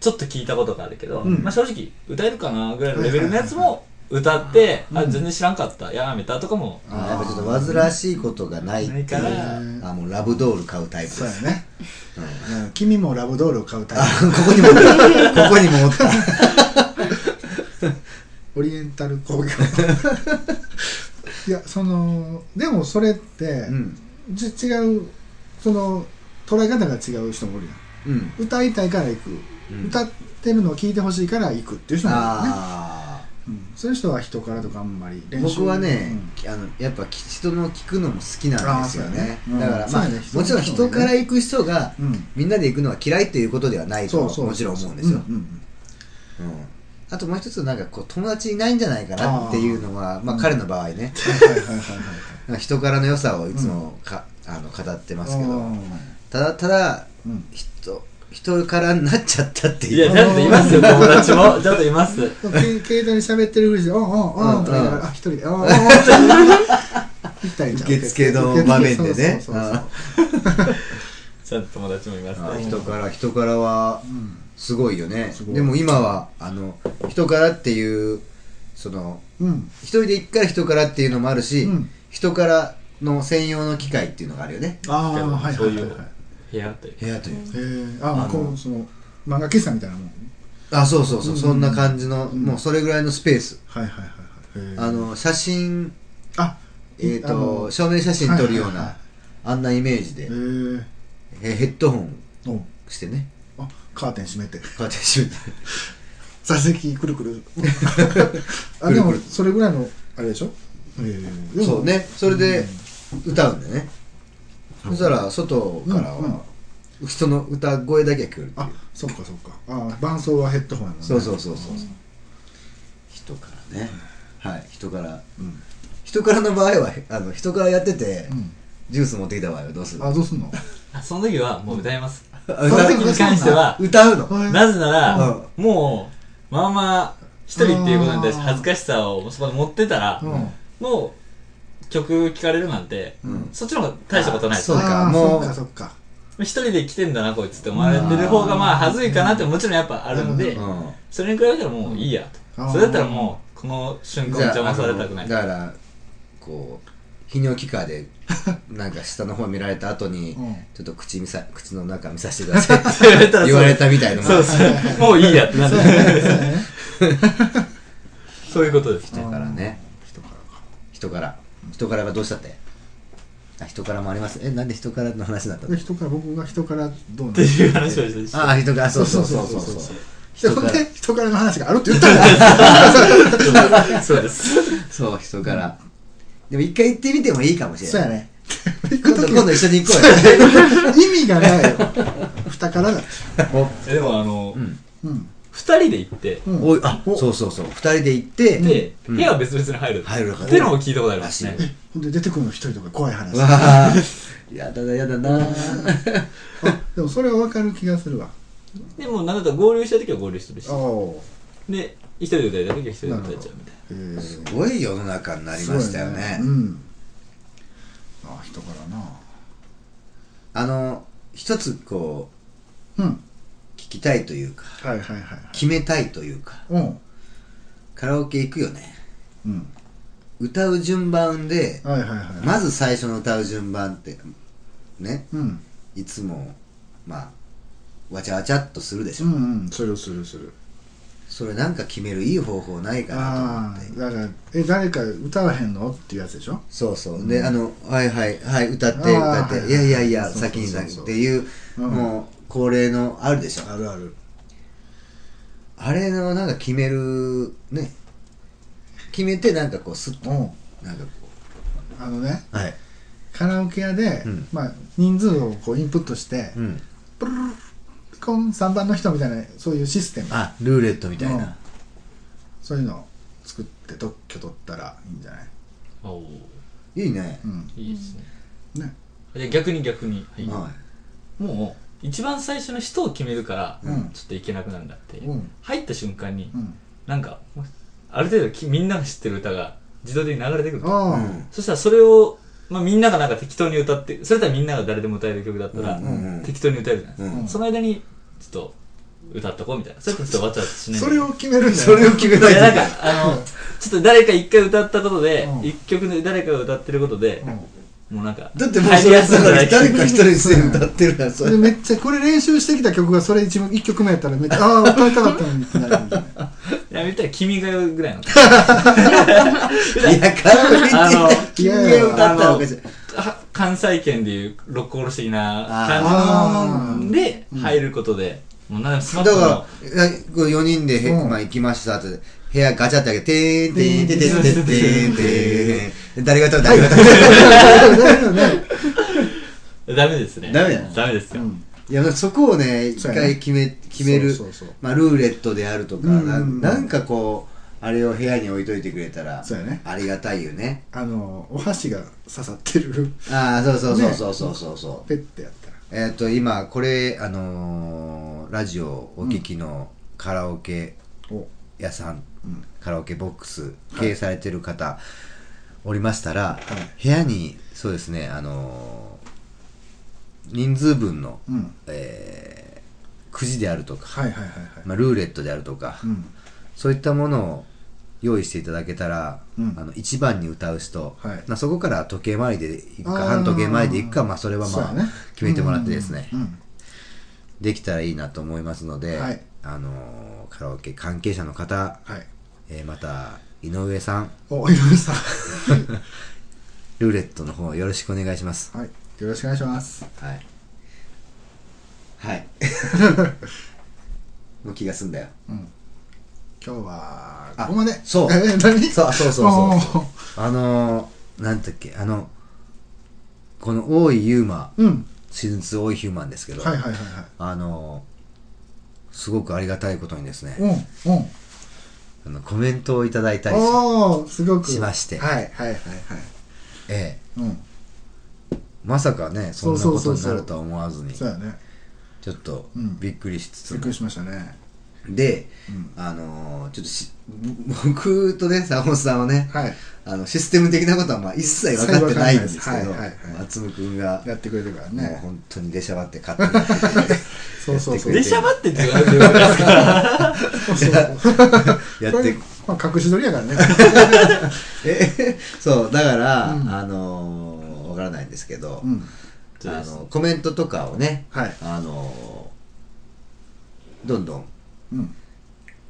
Speaker 3: ちょっと聞いたことがあるけど、
Speaker 2: うん
Speaker 3: まあ、正直歌えるかなぐらいのレベルのやつも歌って、
Speaker 2: はいはいはい
Speaker 3: あ全然知らんかったやめたとかも
Speaker 1: あーやっぱちょっと煩わしいことがないってい
Speaker 3: ないから
Speaker 1: うあもうラブドール買うタイプ
Speaker 2: そう
Speaker 1: で
Speaker 2: や
Speaker 1: す
Speaker 2: ね。
Speaker 1: う
Speaker 2: う
Speaker 1: ん
Speaker 2: ん君もラブドールを買うタイ
Speaker 1: あここにも ここにもおった
Speaker 2: プ。オリエンタル 工業。いや、その、でもそれって
Speaker 1: う、ん
Speaker 2: じ違う、その、捉え方が違う人もおるや
Speaker 1: うん
Speaker 2: ん。歌いたいから行く。
Speaker 1: うん
Speaker 2: 歌ってるのを聞いてほしいから行くっていう人もいるよね。
Speaker 1: あ
Speaker 2: うんそういう人は人からとかあんまり
Speaker 1: ー
Speaker 2: 練習
Speaker 1: 僕はね
Speaker 2: うん、
Speaker 1: あのやっぱ人の聞くのも好きなんです
Speaker 2: あーそう
Speaker 1: よね
Speaker 2: やねうん
Speaker 1: だからまあ
Speaker 2: そうやね
Speaker 1: もちろん人から行く人が
Speaker 2: うん。
Speaker 1: みんなで行くのは嫌いということではないと
Speaker 2: そうそう。
Speaker 1: もちろん思うんですよ
Speaker 2: うんうん
Speaker 1: うんあともう一つなんかこう友達いないんじゃないかなっていうのはまあ彼の場合 ね
Speaker 2: はいはいはいはいはい。
Speaker 1: なんか人からの良さをいつもか、あの語ってますけ
Speaker 2: う
Speaker 1: ど
Speaker 2: ん
Speaker 1: ただただ
Speaker 2: うん
Speaker 1: 人人からになっちゃったって
Speaker 3: い
Speaker 1: いう
Speaker 3: やちゃんといますよ友達もちゃんといます
Speaker 2: け 携帯で喋ってるふりして「おんおんおん」とか言いなが
Speaker 1: うん
Speaker 2: ら「あ一人でおんおんおん」 行ったらいいんちゃう
Speaker 1: 受付の場面でね
Speaker 2: そうそうそうそう
Speaker 3: ちゃんと友達もいます
Speaker 1: あ
Speaker 3: ね
Speaker 1: 人から人からは
Speaker 2: うん
Speaker 1: すごいよね
Speaker 2: すごい
Speaker 1: でも今はあの人からっていうその
Speaker 2: うん
Speaker 1: 一人で行くから人からっていうのもあるし、
Speaker 2: うん
Speaker 1: 人からの専用の機械っていうのがあるよね
Speaker 2: ああ
Speaker 3: でも
Speaker 2: はい
Speaker 3: そ
Speaker 2: は
Speaker 3: う
Speaker 2: い
Speaker 3: い
Speaker 2: はいうはい
Speaker 3: 部屋という
Speaker 1: 部屋という
Speaker 2: へえあ
Speaker 1: あの
Speaker 2: あこうその漫画喫茶みたいなもん
Speaker 1: あそうそうそう、
Speaker 2: うん
Speaker 1: そんな感じの、
Speaker 2: うん
Speaker 1: もうそれぐらいのスペース
Speaker 2: はいはいはいはいへえ
Speaker 1: あの写真
Speaker 2: あ
Speaker 1: えー、
Speaker 2: あ
Speaker 1: と
Speaker 2: の
Speaker 1: 照明写真撮るような、
Speaker 2: はいはいはい
Speaker 1: あんなイメージで
Speaker 2: へ、え
Speaker 1: えヘッドホン
Speaker 2: お
Speaker 1: して ね
Speaker 2: あカーテン閉めて
Speaker 1: こうやって閉めて
Speaker 2: 座席くるく るあで
Speaker 1: く
Speaker 2: も
Speaker 1: るくる
Speaker 2: それぐらいのあれでしょへえでも
Speaker 1: そうねそれで歌うんだよね、そしたら外からは人の歌声だけが来るっていう、
Speaker 2: あそっかそっかあ伴奏はヘッドホンやもんね
Speaker 1: そうそうそうそう、人からねはい人から
Speaker 2: うん
Speaker 1: 人からの場合はあの人からやってて、
Speaker 2: うん
Speaker 1: ジュース持ってきた場合はどうする
Speaker 2: あどうすんの
Speaker 3: あその時はもう歌います、
Speaker 1: あ
Speaker 2: その時
Speaker 1: 歌う
Speaker 3: に関しては
Speaker 1: 歌うの
Speaker 3: なぜなら、
Speaker 1: う
Speaker 3: もうまあまあ一人っていうことに対して恥ずかしさをそこで持ってたら、
Speaker 2: うん
Speaker 3: もう曲聴かれるなんて、
Speaker 1: うん
Speaker 3: そっちの方が大したことない
Speaker 1: そう
Speaker 2: あ
Speaker 1: か
Speaker 2: ー
Speaker 1: もう
Speaker 2: そっかそっか
Speaker 3: 一人で来てんだなこいつって思われてる方がまあ恥ずいかなってもちろんやっぱあるんで、
Speaker 1: うん
Speaker 3: それに比べたらもういいや
Speaker 2: あ
Speaker 3: と
Speaker 2: ー
Speaker 3: それだったらもうこの瞬間邪魔されたくな
Speaker 1: あ
Speaker 3: い
Speaker 1: のだからこう泌尿器科でなんか下の方見られた 後に、
Speaker 2: うん
Speaker 1: ちょっと口見さ口の中見させてくださいって
Speaker 3: 言われたら
Speaker 1: 言われたみたいなもん
Speaker 3: そうそうもういいやってなるそういうことです
Speaker 1: 人からね
Speaker 2: 人からか
Speaker 1: 人から人からがどうしたってあ人からもありますえなんで人からの話だったの
Speaker 2: で人から僕が人からどうな
Speaker 3: って
Speaker 2: の
Speaker 3: いう話をして
Speaker 1: ああ人からそうそうそうそ
Speaker 2: そ
Speaker 1: う
Speaker 2: うそう
Speaker 1: そ
Speaker 2: そう人
Speaker 1: 人
Speaker 2: か
Speaker 1: か
Speaker 2: で人から
Speaker 1: らら
Speaker 2: の話があるって言ったんだ
Speaker 3: そうです
Speaker 1: そう人からでも一回行ってみてもいいかもしれ
Speaker 2: そう
Speaker 1: な
Speaker 2: や
Speaker 1: い
Speaker 2: ね
Speaker 1: 今 度今度一緒に行こう
Speaker 2: 意味がないよ二からだ
Speaker 1: よ
Speaker 3: えでもあの、
Speaker 1: おうん
Speaker 2: うん
Speaker 3: 二人で行って、
Speaker 2: うん
Speaker 1: おいあそうそうそう二人で行って
Speaker 3: で、
Speaker 1: うん
Speaker 3: 部屋は別々に入る。
Speaker 1: 入る
Speaker 3: ってのも聞いたことありますね
Speaker 1: ら。
Speaker 2: ほんで出てくるの一人とか怖い話
Speaker 1: わあやだなやだな
Speaker 2: あでもそれは分かる気がするわ
Speaker 3: でも、なんだったら合流した時は合流してるし
Speaker 2: あ。お
Speaker 3: で、一人で歌いた時は一人で歌っちゃうみたいな。
Speaker 2: へえ
Speaker 1: すごい世の中になりましたよね
Speaker 2: そうやうんあ人からな
Speaker 1: あの一つこ
Speaker 2: うん
Speaker 1: う聞きたいというか
Speaker 2: はいはいはいはい
Speaker 1: 決めたいというか
Speaker 2: うん
Speaker 1: カラオケ行くよね
Speaker 2: うん
Speaker 1: 歌う順番で
Speaker 2: はいはいはい
Speaker 1: まず最初の歌う順番ってね
Speaker 2: うん
Speaker 1: いつもまあわちゃわちゃっとするでし
Speaker 2: う
Speaker 1: ょ、
Speaker 2: んうんするするする
Speaker 1: それなんか決めるいい方法ないか
Speaker 2: あ
Speaker 1: な
Speaker 2: あ
Speaker 1: と思
Speaker 2: ー
Speaker 1: って
Speaker 2: だからえ誰か歌わへんのっていうやつでしょ
Speaker 1: そうそう、
Speaker 2: うん
Speaker 1: であの「はいはいはい歌って歌
Speaker 2: あー
Speaker 1: って、
Speaker 2: はいい
Speaker 1: やいやいや
Speaker 2: そうそうそう
Speaker 1: 先に先に」っていう、
Speaker 2: うん
Speaker 1: もう恒例のあるでしょ
Speaker 2: あるある
Speaker 1: あれのなんか決めるね決めてなんかこうスッと
Speaker 2: うん
Speaker 1: なんかこ
Speaker 2: あのね
Speaker 1: うはい
Speaker 2: カラオケ屋で、
Speaker 1: うん
Speaker 2: まあ人数をこうインプットして、
Speaker 1: うん
Speaker 2: プルルルルピコン3番の人みたいなそういうシステム
Speaker 1: あルーレットみたいな、
Speaker 2: うんそういうのを作って特許取ったらいいんじゃない
Speaker 3: おお
Speaker 1: いいね
Speaker 2: う、ん
Speaker 3: いいですね。
Speaker 2: ね
Speaker 3: じゃあ逆に逆に。はい
Speaker 1: は
Speaker 3: もう、一番最初の人を決めるから、
Speaker 2: うん
Speaker 3: ちょっといけなくなるんだって。
Speaker 2: うん
Speaker 3: 入った瞬間に
Speaker 2: う、ん
Speaker 3: なんか、ある程度きみんなが知ってる歌が自動的に流れてくる。
Speaker 1: い、
Speaker 2: ああ、
Speaker 1: うん
Speaker 3: そしたらそれを、まあみんながなんか適当に歌って、それだったらみんなが誰でも歌える曲だったら
Speaker 1: うん、うんうん
Speaker 3: 適当に歌えるじゃないですか。
Speaker 1: うん
Speaker 3: その間に、ちょっと、歌っとこうみたいな。それとちょっとわちゃわちゃしない
Speaker 2: それを決めるんじゃ
Speaker 1: そ
Speaker 2: ない
Speaker 1: れを決め
Speaker 3: い
Speaker 1: な
Speaker 3: や、なん
Speaker 1: いと
Speaker 3: か、あの、ちょっと誰か一回歌ったことで
Speaker 2: う、ん
Speaker 3: 一曲で誰かが歌ってることで
Speaker 2: う、ん
Speaker 3: もうなんか、
Speaker 1: だってもうそれさ
Speaker 3: 入りやすいんじゃな
Speaker 1: 誰
Speaker 3: い
Speaker 1: か一人で歌ってるからそ
Speaker 2: それ
Speaker 1: れ
Speaker 2: めっちゃこれ練習してきた曲がそれ一1曲目やったらめっちゃああ歌いたかったのにってなるんじゃない
Speaker 3: やめたら君が代ぐらいの。
Speaker 1: いやカラオケ行って君
Speaker 2: あの
Speaker 1: が歌ったわけじゃ
Speaker 3: は関西圏でいう六甲おろし的な
Speaker 2: あー
Speaker 3: 感じので、入ることで、もうなんかスマ
Speaker 1: だ
Speaker 3: ップ
Speaker 1: か
Speaker 3: の、
Speaker 1: らいやこう4人でへ、
Speaker 2: うん
Speaker 1: まあ、行きましたって部屋ガチャって開けて「てーんてーんてーんてーんてーんてーんてーんてーん」誰が歌う誰が歌う
Speaker 2: だよね
Speaker 3: ダメですね。
Speaker 1: ダメだね
Speaker 3: ダメですよ。
Speaker 1: いやそこをね一
Speaker 2: そうやね
Speaker 1: 回決め決める
Speaker 2: そうそうそう
Speaker 1: まあ、ルーレットであるとか、
Speaker 2: うん
Speaker 1: なんなんかこうあれを部屋に置いといてくれたら
Speaker 2: そうやね
Speaker 1: ありがたいよね
Speaker 2: あのお箸が刺さってる
Speaker 1: ああそうそうそうそうそうそうそう、
Speaker 2: ペッてやったら
Speaker 1: えっ、と今これあのーラジオをお聞きのカラオケ
Speaker 2: お
Speaker 1: 屋さん、
Speaker 2: うん
Speaker 1: カラオケボックス経営されてる方、おりましたら、
Speaker 2: い
Speaker 1: 部屋にそうですねあのー人数分の、
Speaker 2: うん
Speaker 1: えーくじであるとか、
Speaker 2: はいはいはいはい
Speaker 1: まあ、ルーレットであるとか、
Speaker 2: うん
Speaker 1: そういったものを用意していただけたら、
Speaker 2: うん
Speaker 1: あの1番に歌う人、
Speaker 2: はい
Speaker 1: まあそこから時計回りでいくか
Speaker 2: あー
Speaker 1: 半時計回りでいくか、まあ、それは
Speaker 2: そう
Speaker 1: ま
Speaker 2: や
Speaker 1: あ、
Speaker 2: ね
Speaker 1: 決めてもらってですね、
Speaker 2: うんうん
Speaker 1: できたらいいなと思いますので、
Speaker 2: はい
Speaker 1: あのーカラオケ関係者の方、
Speaker 2: うんはい
Speaker 1: えーまた井上さん
Speaker 2: お井上さ
Speaker 1: ルーレットの方よろしくお願いします
Speaker 2: んはいよろしくお願いします
Speaker 1: はいはい もう気が済んだよ
Speaker 2: うん今日は
Speaker 1: あ
Speaker 2: ここまで
Speaker 1: そう
Speaker 2: え何
Speaker 1: そうそうそうそう
Speaker 2: おー
Speaker 1: あのー、なんだっけあのこの大井ユーマ
Speaker 2: うん
Speaker 1: シーズン2大井ヒューマンですけど、
Speaker 2: はいはいはいはい
Speaker 1: あのー、すごくありがたいことにですね、
Speaker 2: うんうん
Speaker 1: あのコメントをいただいたりし
Speaker 2: おおすごく
Speaker 1: しまして
Speaker 2: はいはいはいはい
Speaker 1: ええ
Speaker 2: うん
Speaker 1: まさかねそんな
Speaker 2: そう
Speaker 1: こ
Speaker 2: そ
Speaker 1: と
Speaker 2: うそう
Speaker 1: に
Speaker 2: そう
Speaker 1: なるとは思わずに
Speaker 2: そうやね
Speaker 1: ちょっと
Speaker 2: うん
Speaker 1: びっくりしつつ
Speaker 2: びっ
Speaker 1: も
Speaker 2: くりしましたね
Speaker 1: で、
Speaker 2: うん
Speaker 1: あのー、ちょっとし ぼ僕とね坂本さんはね、
Speaker 2: はい
Speaker 1: あのシステム的なことはまあ一切分かってないんですけ
Speaker 2: はい
Speaker 1: ど
Speaker 2: はいはい
Speaker 1: 松夢君が
Speaker 2: やってくれてるから
Speaker 1: もう
Speaker 2: ね
Speaker 1: 本当に出しゃばって勝手にやってくれて
Speaker 2: そうそうそう
Speaker 1: や
Speaker 3: で
Speaker 1: ってくれて
Speaker 3: しゃばってって言われてるから
Speaker 2: そうそう
Speaker 1: やっ
Speaker 2: こ れ
Speaker 1: て
Speaker 2: まあ隠し撮りや からね
Speaker 1: え そうだから、
Speaker 2: うん
Speaker 1: あのー、分からないんですけど、
Speaker 2: うん
Speaker 1: あのコメントとかをね
Speaker 2: はい
Speaker 1: あのー、どんどん
Speaker 2: うん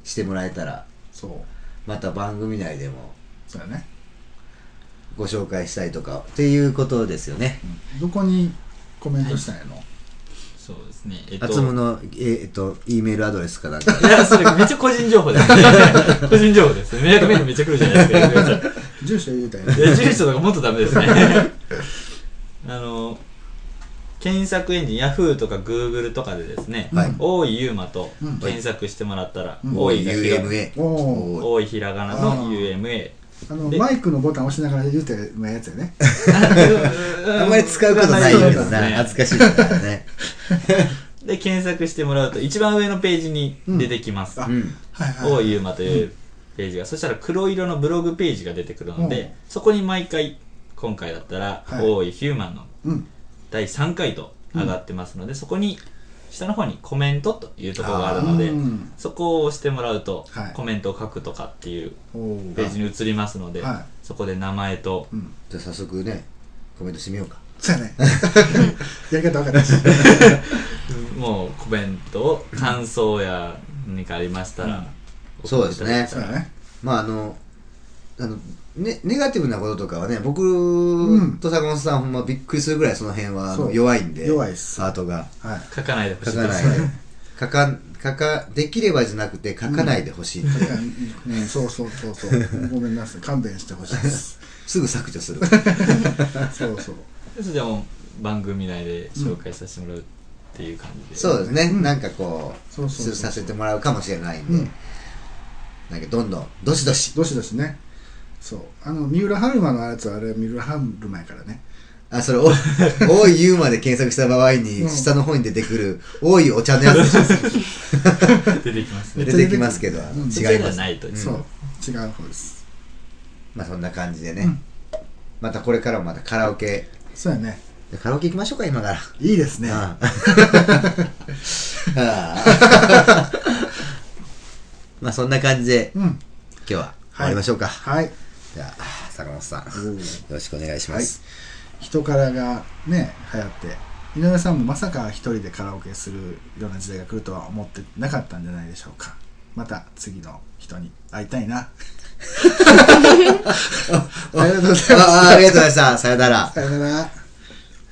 Speaker 1: してもらえたら
Speaker 2: そう
Speaker 1: また番組内でも
Speaker 2: そうやね
Speaker 1: ご紹介したいとかっていうことですよね。
Speaker 2: どこにコメントしたんやの、
Speaker 3: そうですね。えっ
Speaker 1: あ
Speaker 3: と、
Speaker 1: つむの、ええっと、E メールアドレスかなんか。
Speaker 3: いや、それめっちゃ個人情報です、 ね。個人情報です。迷惑メールめっちゃ来るじゃないですかやめてください。
Speaker 2: 住所言うたんや
Speaker 3: いや住所とかもっとダメですね あの検索エンジン Yahoo とか Google とかでですね
Speaker 1: はい
Speaker 2: うん
Speaker 3: 大井ゆうまと
Speaker 2: うん
Speaker 3: 検索してもらったら
Speaker 2: うん
Speaker 3: 大井がひら
Speaker 1: UMA。
Speaker 2: おお
Speaker 1: お
Speaker 3: 大井ひらがな
Speaker 2: あ
Speaker 3: の
Speaker 2: ー
Speaker 3: UMA
Speaker 2: あの
Speaker 3: で
Speaker 2: マイクのボタン押しながら言うてるやつやね
Speaker 1: あんまり使うことない
Speaker 2: よ
Speaker 1: け
Speaker 2: ね
Speaker 1: どな。恥ずかしいからね。
Speaker 3: で検索してもらうと一番上のページに出てきま す
Speaker 2: うんあ
Speaker 1: うん。
Speaker 2: はいはい
Speaker 3: 大井ゆうまというページがそしたら黒色のブログページが出てくるの
Speaker 2: うん
Speaker 3: でそこに毎回今回だったら
Speaker 2: はい
Speaker 3: 大井ヒューマンの
Speaker 2: うん
Speaker 3: 第3回と上がってますので、そこに下の方にコメントというところがあるので、
Speaker 2: うん
Speaker 3: そこを押してもらうと、
Speaker 2: はい
Speaker 3: コメントを書くとかっていう
Speaker 2: おお
Speaker 3: ページに移りますので、
Speaker 2: はい
Speaker 3: そこで名前と
Speaker 2: うん
Speaker 1: じゃあ早速ね、コメントしてみようか。
Speaker 2: そうやねやり方分かったし
Speaker 3: もうコメントを感想や何かありましたら、
Speaker 1: んそうですね
Speaker 2: そうやね
Speaker 1: まああの、あの、ね、ネガティブなこととかはね、僕
Speaker 2: ん
Speaker 1: と坂本さん、ほんまびっくりするぐらいその辺はあの
Speaker 2: そう
Speaker 1: 弱いんで、
Speaker 2: 弱いっす
Speaker 1: ハートが。
Speaker 2: はい
Speaker 3: 書かないでほし
Speaker 1: 書か
Speaker 3: いで
Speaker 1: ない
Speaker 3: す。
Speaker 1: 書か、書か、できればじゃなくて書かないでほしい、
Speaker 2: いやうんそうそうそうそうごめんなさい勘弁してほしいです
Speaker 1: すぐ削除する。
Speaker 2: そうそう
Speaker 3: それでも番組内で紹介させてもらうっていう感じで、
Speaker 1: そうですね、
Speaker 2: うん
Speaker 1: なんかこう
Speaker 2: そうそうそう
Speaker 1: させてもらうかもしれないんで、
Speaker 2: うん
Speaker 1: なんかどんどんどしどし
Speaker 2: どしどしねそうあの三浦春馬のやつはあれは三浦春馬やからね
Speaker 1: あそれ お「おい言う」まで検索した場合に、
Speaker 2: うん
Speaker 1: 下の方に出てくる「おいお茶」のやつでし
Speaker 3: 出てきます
Speaker 1: ょ
Speaker 2: め
Speaker 3: ね
Speaker 2: っちゃ出
Speaker 1: 出て
Speaker 2: てくる
Speaker 1: きますけど、
Speaker 2: うん
Speaker 1: 違います
Speaker 3: それではないと、
Speaker 1: うん
Speaker 2: そう違う方です
Speaker 1: まあそんな感じでね、
Speaker 2: うん
Speaker 1: またこれからもまたカラオケ
Speaker 2: そうやね
Speaker 1: カラオケ行きましょうか今から、
Speaker 2: いいですね
Speaker 1: ああ ああまあそんな感じで
Speaker 2: うん
Speaker 1: 今日は終わりましょうか、
Speaker 2: はい
Speaker 1: じゃあ坂本さんよ
Speaker 2: おー
Speaker 1: ろしくお願いします、
Speaker 2: 人からがね流行って井上さんもまさか一人でカラオケするような時代が来るとは思ってなかったんじゃないでしょうかまた次の人に会いたいな ありがとうございます
Speaker 1: ああありがとうございました。さよなら。
Speaker 2: さよなら